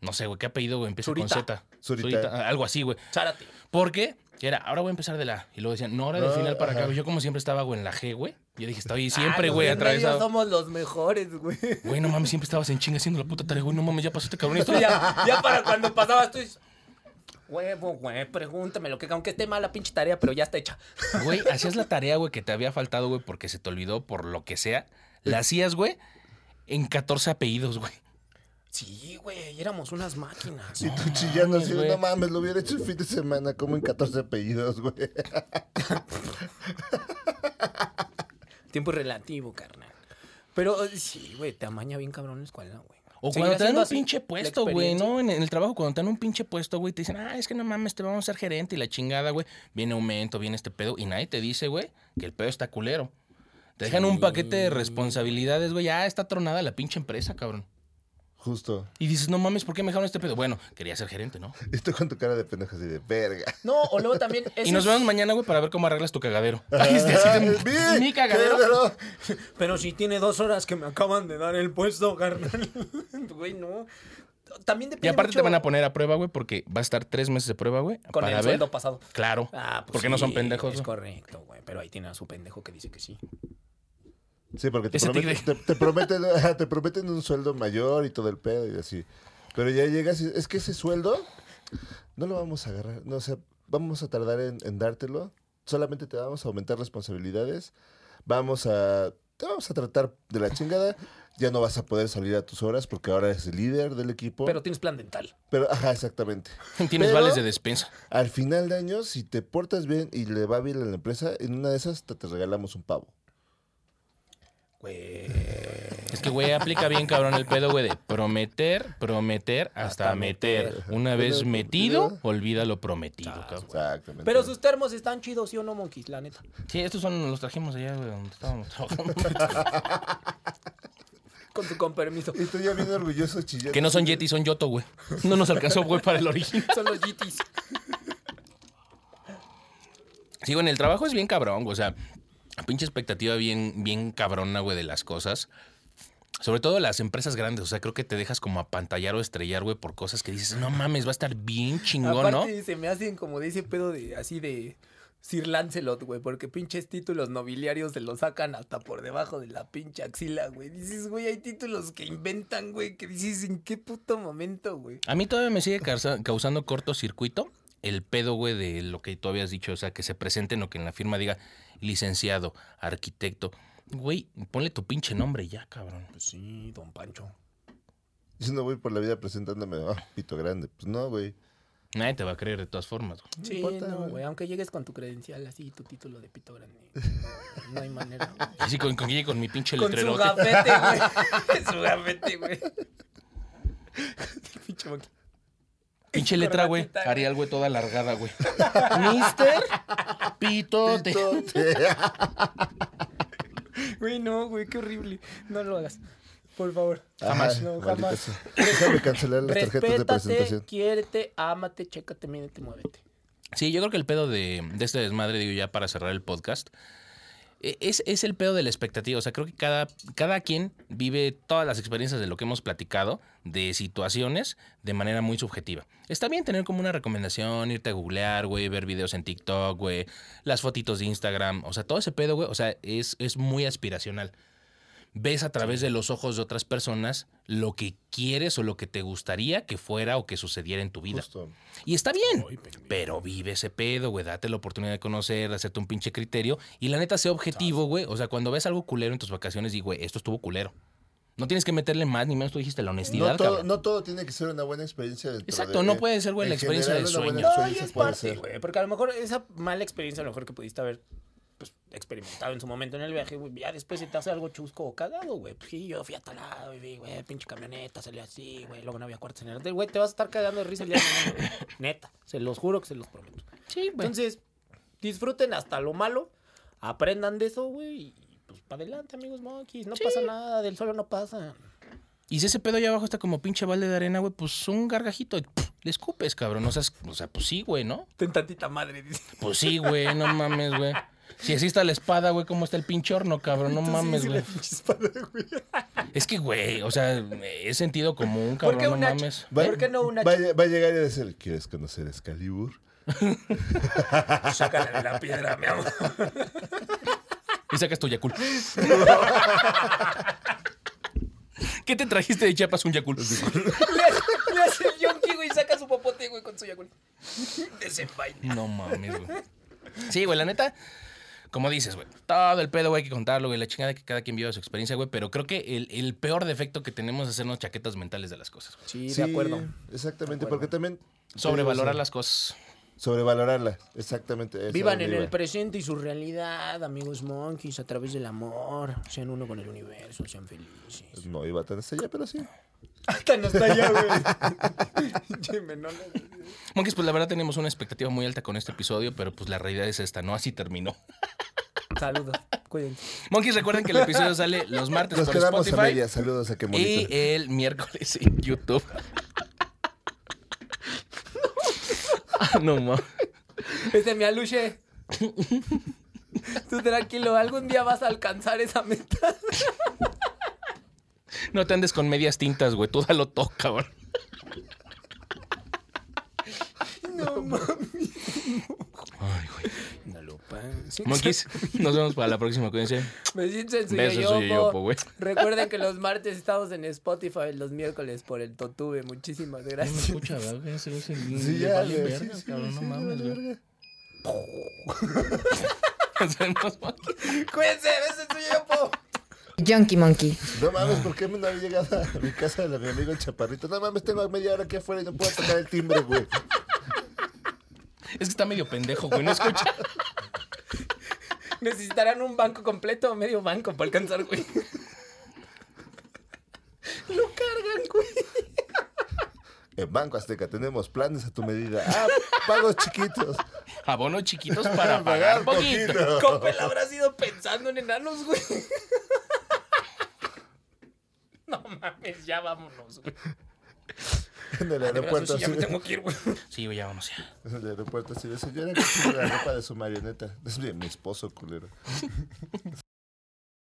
Speaker 2: no sé, güey, qué apellido, güey, empieza con
Speaker 3: Zurita.
Speaker 2: Z.
Speaker 4: Zurita.
Speaker 2: Zurita, algo así, güey.
Speaker 3: Zárate.
Speaker 2: Porque era, ahora voy a empezar de la A. Y luego decían, no, ahora del
Speaker 4: No,
Speaker 2: final para acá.
Speaker 4: ajá.
Speaker 2: güey. Yo como siempre estaba, güey, en la G, güey. Yo dije, estoy siempre,
Speaker 3: Ah, los
Speaker 2: güey,
Speaker 3: del medio
Speaker 2: atravesado.
Speaker 3: somos los mejores, güey.
Speaker 2: Güey, no mames, siempre estabas en chinga haciendo la puta tarea, güey. No mames, ya pasó este cabrón. Esto
Speaker 3: ya, ya para cuando pasabas tú dices, huevo, güey, pregúntame lo que aunque esté mala pinche tarea, pero ya está hecha.
Speaker 2: Güey, hacías la tarea, güey, que te había faltado, güey, porque se te olvidó por lo que sea. La hacías, güey, en 14 apellidos, güey.
Speaker 3: Sí, güey, éramos unas máquinas.
Speaker 4: Y tú chillando
Speaker 2: mames,
Speaker 4: así,
Speaker 2: güey.
Speaker 4: no mames, lo hubiera hecho el fin de semana, como en 14 apellidos, güey.
Speaker 3: Tiempo relativo, carnal. Pero eh, sí, güey, te amaña bien cabrón la escuela, güey.
Speaker 2: O
Speaker 3: Seguir
Speaker 2: cuando te dan
Speaker 3: haciendo
Speaker 2: un
Speaker 3: así
Speaker 2: pinche
Speaker 3: la
Speaker 2: puesto, güey,
Speaker 3: experiencia.
Speaker 2: ¿no? En el trabajo, cuando te dan un pinche puesto, güey, te dicen, ah, es que no mames, te vamos a ser gerente y la chingada, güey. Viene aumento, viene este pedo. Y nadie te dice, güey, que el pedo está culero. Te dejan un paquete de responsabilidades, güey. Ah, está tronada la pinche empresa, cabrón.
Speaker 4: Justo.
Speaker 2: Y dices, no mames, ¿por qué me dejaron este pedo? Bueno, quería ser gerente, ¿no?
Speaker 4: Y tú con tu cara de pendejo así de verga.
Speaker 3: No, o luego también.
Speaker 2: Y
Speaker 3: ese
Speaker 2: nos
Speaker 3: es-
Speaker 2: vemos mañana, güey, para ver cómo arreglas tu cagadero. Ay, este, así de-
Speaker 4: Ay,
Speaker 2: mi
Speaker 4: vi,
Speaker 2: cagadero.
Speaker 4: cagadero.
Speaker 3: Pero si tiene dos horas que me acaban de dar el puesto, carnal. Güey, no. También depende.
Speaker 2: Y aparte te
Speaker 3: mucho
Speaker 2: van a poner a prueba, güey, porque va a estar tres meses de prueba, güey.
Speaker 3: Con
Speaker 2: para
Speaker 3: el
Speaker 2: ver.
Speaker 3: sueldo pasado.
Speaker 2: Claro.
Speaker 3: Ah, pues
Speaker 2: porque no son
Speaker 3: sí,
Speaker 2: pendejos.
Speaker 3: Es
Speaker 2: güey.
Speaker 3: correcto, güey. Pero ahí tiene a su pendejo que dice que sí.
Speaker 4: Sí, porque te
Speaker 2: Ese
Speaker 4: prometen, te, te prometen, ajá, te prometen un sueldo mayor y todo el pedo y así. Pero ya llegas y es que ese sueldo no lo vamos a agarrar. No, o sea, vamos a tardar en, en dártelo. Solamente te vamos a aumentar responsabilidades. Vamos a. Te vamos a tratar de la chingada. Ya no vas a poder salir a tus horas porque ahora eres el líder del equipo.
Speaker 3: Pero tienes plan dental.
Speaker 4: Pero, ajá, exactamente.
Speaker 2: Tienes
Speaker 4: Pero-
Speaker 2: vales de despensa.
Speaker 4: Al final de año, si te portas bien y le va bien a la empresa, en una de esas te, te regalamos un pavo.
Speaker 3: Güey.
Speaker 2: Es que, güey, aplica bien, cabrón, el pedo, güey, de prometer, prometer, hasta,
Speaker 3: Hasta
Speaker 2: meter.
Speaker 3: meter. Ah,
Speaker 2: Una vez
Speaker 4: Pero-
Speaker 2: metido, olvida lo prometido, cabrón.
Speaker 4: Exactamente.
Speaker 3: Pero sus termos están chidos, ¿sí o no, monkeys? La neta.
Speaker 2: Sí, estos son, los trajimos allá, güey, donde estábamos trabajando.
Speaker 3: Con tu con permiso.
Speaker 4: Y tú ya bien orgulloso chillando.
Speaker 2: que no son Yeti, son Yoto, güey. No nos alcanzó, güey, para el origen.
Speaker 3: Son los GTs.
Speaker 2: Sí, güey, en el trabajo es bien cabrón, güey. O sea, pinche expectativa bien, bien cabrona, güey, de las cosas. Sobre todo las empresas grandes. O sea, creo que te dejas como apantallar o estrellar, güey, por cosas que dices, no mames, va a estar bien chingón, ¿no?
Speaker 3: Aparte, se me hacen como de ese pedo de así de Sir Lancelot, güey, porque pinches títulos nobiliarios se los sacan hasta por debajo de la pinche axila, güey. Dices, güey, hay títulos que inventan, güey, que dices, ¿en qué puto momento, güey?
Speaker 2: A mí todavía me sigue causa- causando cortocircuito el pedo, güey, de lo que tú habías dicho. O sea, que se presenten o que en la firma diga licenciado, arquitecto. Güey, ponle tu pinche nombre ya, cabrón.
Speaker 3: Pues sí, don Pancho.
Speaker 4: Yo no voy por la vida presentándome, ah, pito grande. Pues no, güey.
Speaker 2: Nadie te va a creer de todas formas. güey.
Speaker 3: Sí,
Speaker 4: importa,
Speaker 3: no,
Speaker 4: güey.
Speaker 3: güey, aunque llegues con tu credencial así, tu título de pito grande. No hay manera. güey.
Speaker 2: Así con, con, con mi pinche
Speaker 3: Con su
Speaker 2: letrerote.
Speaker 3: gafete, güey. su gafete, güey. Pinche monkey.
Speaker 2: Pinche letra, güey.
Speaker 3: Corbatita, güey.
Speaker 2: Arial, güey, toda alargada, güey. Mister Pitote.
Speaker 4: Pitote.
Speaker 3: Güey, no, güey, qué horrible. No lo hagas. Por favor.
Speaker 4: Ay,
Speaker 3: No,
Speaker 4: maldita
Speaker 3: jamás.
Speaker 4: sea. Déjame cancelar las tarjetas de
Speaker 3: Respétate,
Speaker 4: presentación.
Speaker 3: quiérete, ámate, chécate, mírate, muévete.
Speaker 2: Sí, yo creo que el pedo de, de este desmadre, digo ya para cerrar el podcast, e- es, es el pedo de la expectativa. O sea, creo que cada, cada quien vive todas las experiencias de lo que hemos platicado, de situaciones, de manera muy subjetiva. Está bien tener como una recomendación, irte a googlear, güey, ver videos en TikTok, güey, las fotitos de Instagram. O sea, todo ese pedo, güey, o sea, es, es muy aspiracional. Ves a través de los ojos de otras personas lo que quieres o lo que te gustaría que fuera o que sucediera en tu vida.
Speaker 4: Justo.
Speaker 2: Y está bien, pero vive ese pedo, güey. Date la oportunidad de conocer, de hacerte un pinche criterio. Y la neta, sea objetivo, güey. O sea, cuando ves algo culero en tus vacaciones, di, güey, esto estuvo culero. No tienes que meterle más ni menos. Tú dijiste la honestidad,
Speaker 4: No todo,
Speaker 2: cabrón.
Speaker 4: no todo tiene que ser una buena experiencia. dentro
Speaker 2: Exacto,
Speaker 4: de-
Speaker 2: no puede ser, güey,
Speaker 4: en
Speaker 2: la experiencia
Speaker 4: general,
Speaker 2: del
Speaker 4: una
Speaker 2: sueño.
Speaker 3: No,
Speaker 4: buena
Speaker 3: y
Speaker 4: experiencia
Speaker 3: es
Speaker 4: puede
Speaker 3: parte,
Speaker 4: ser.
Speaker 3: güey. Porque a lo mejor esa mala experiencia, a lo mejor que pudiste haber pues, experimentado en su momento en el viaje, güey, ya después se te hace algo chusco o cagado, güey. Pues sí, yo fui a tal lado y vi, güey, pinche camioneta, salió así, güey, luego no había cuartos en el hotel, güey, te vas a estar cagando de risa el día de mañana, güey. Neta, se los juro que se los prometo.
Speaker 2: Sí, güey.
Speaker 3: Entonces, disfruten hasta lo malo, aprendan de eso, güey, y pues para adelante, amigos monkeys. No pasa nada, del suelo no pasa.
Speaker 2: Y si ese pedo allá abajo está como pinche balde de arena, güey, pues un gargajito. y, pff, le escupes, cabrón. O sea, es- o sea, pues sí, güey, ¿no?
Speaker 3: Ten tantita madre, dice.
Speaker 2: Pues sí, güey, no mames, güey. Si así está la espada, güey, ¿cómo está el pinche horno, cabrón? No mames, güey. Es que, güey, o sea, es sentido común, cabrón,
Speaker 5: qué
Speaker 2: no
Speaker 5: una ch-
Speaker 2: mames.
Speaker 4: Va-
Speaker 5: ¿Por qué no una
Speaker 4: va, a- va a llegar y decir, ¿quieres conocer Excalibur?
Speaker 5: Sácala de la piedra, mi amor.
Speaker 2: Y sacas tu Yakul. ¿Qué te trajiste de Chiapas un Yakul?
Speaker 5: Le hace- le hace el yonki, güey, y saca su popote, güey, con su yacul. Desenvaina.
Speaker 2: No mames, güey. Sí, güey, la neta, como dices, güey, todo el pedo, güey, hay que contarlo, güey, la chingada que cada quien viva su experiencia, güey, pero creo que el, el peor defecto que tenemos es hacernos chaquetas mentales de las cosas. güey.
Speaker 5: Sí, de acuerdo.
Speaker 4: Exactamente,
Speaker 5: De acuerdo.
Speaker 4: porque también...
Speaker 2: Sobrevalorar las cosas.
Speaker 4: Sobrevalorarla, exactamente. esa
Speaker 5: Vivan
Speaker 4: donde
Speaker 5: en
Speaker 4: iba.
Speaker 5: el presente y su realidad, amigos monkeys, a través del amor. Sean uno con el universo, sean felices.
Speaker 4: Pues No iba tan hasta allá, pero sí.
Speaker 5: Hasta no está allá, güey.
Speaker 2: Monkeys, pues la verdad tenemos una expectativa muy alta con este episodio, pero pues la realidad es esta, ¿no? Así terminó.
Speaker 5: Saludos, cuídense.
Speaker 2: Monkeys, recuerden que el episodio sale los martes
Speaker 4: Nos
Speaker 2: por
Speaker 4: quedamos a
Speaker 2: Spotify
Speaker 4: medias. Saludos a
Speaker 2: y
Speaker 4: que
Speaker 2: eh,
Speaker 4: bonito.
Speaker 2: el miércoles en YouTube. Ah, no mames.
Speaker 5: Este mi aluche. Tú tranquilo, algún día vas a alcanzar esa meta.
Speaker 2: No te andes con medias tintas, güey. Tú dalo todo, cabrón.
Speaker 5: No mames.
Speaker 2: Ay, güey.
Speaker 3: Pues,
Speaker 5: Monkeys.
Speaker 2: Monkeys, nos vemos para la próxima. Cuídense.
Speaker 5: Besitos en su
Speaker 2: Besos en su
Speaker 5: yoyopo.
Speaker 2: yoyopo, güey.
Speaker 5: Recuerden que los martes estamos en Spotify, los miércoles por el Totube. Muchísimas gracias.
Speaker 2: ¿verdad?
Speaker 4: Sí, ya, güey, sí, sí, sí, sí, vale verga.
Speaker 2: Nos vemos, Monkeys.
Speaker 5: Cuídense, besos en su yoyopo.
Speaker 1: Junkie Monkey.
Speaker 4: No
Speaker 5: Ah.
Speaker 4: mames, ¿por qué no había llegado a mi casa de mi amigo el chaparrito? No mames, tengo media hora aquí afuera y no puedo tocar el timbre, güey.
Speaker 2: Es que está medio pendejo, güey. No escucha.
Speaker 5: Necesitarán un banco completo o medio banco para alcanzar, güey. Lo cargan, güey.
Speaker 4: En Banco Azteca tenemos planes a tu medida. Ah, pagos chiquitos.
Speaker 2: Abonos chiquitos para pagar poquito.
Speaker 5: Coppel habrá sido pensando en enanos, güey. No mames, ya vámonos, güey.
Speaker 4: En el aeropuerto,
Speaker 5: Sí, ya
Speaker 4: así
Speaker 5: me
Speaker 4: de,
Speaker 5: tengo que ir, güey.
Speaker 2: Sí, güey, ya vamos ya.
Speaker 4: en el aeropuerto, así de señora que tiene la ropa de su marioneta. Es bien mi esposo, culero.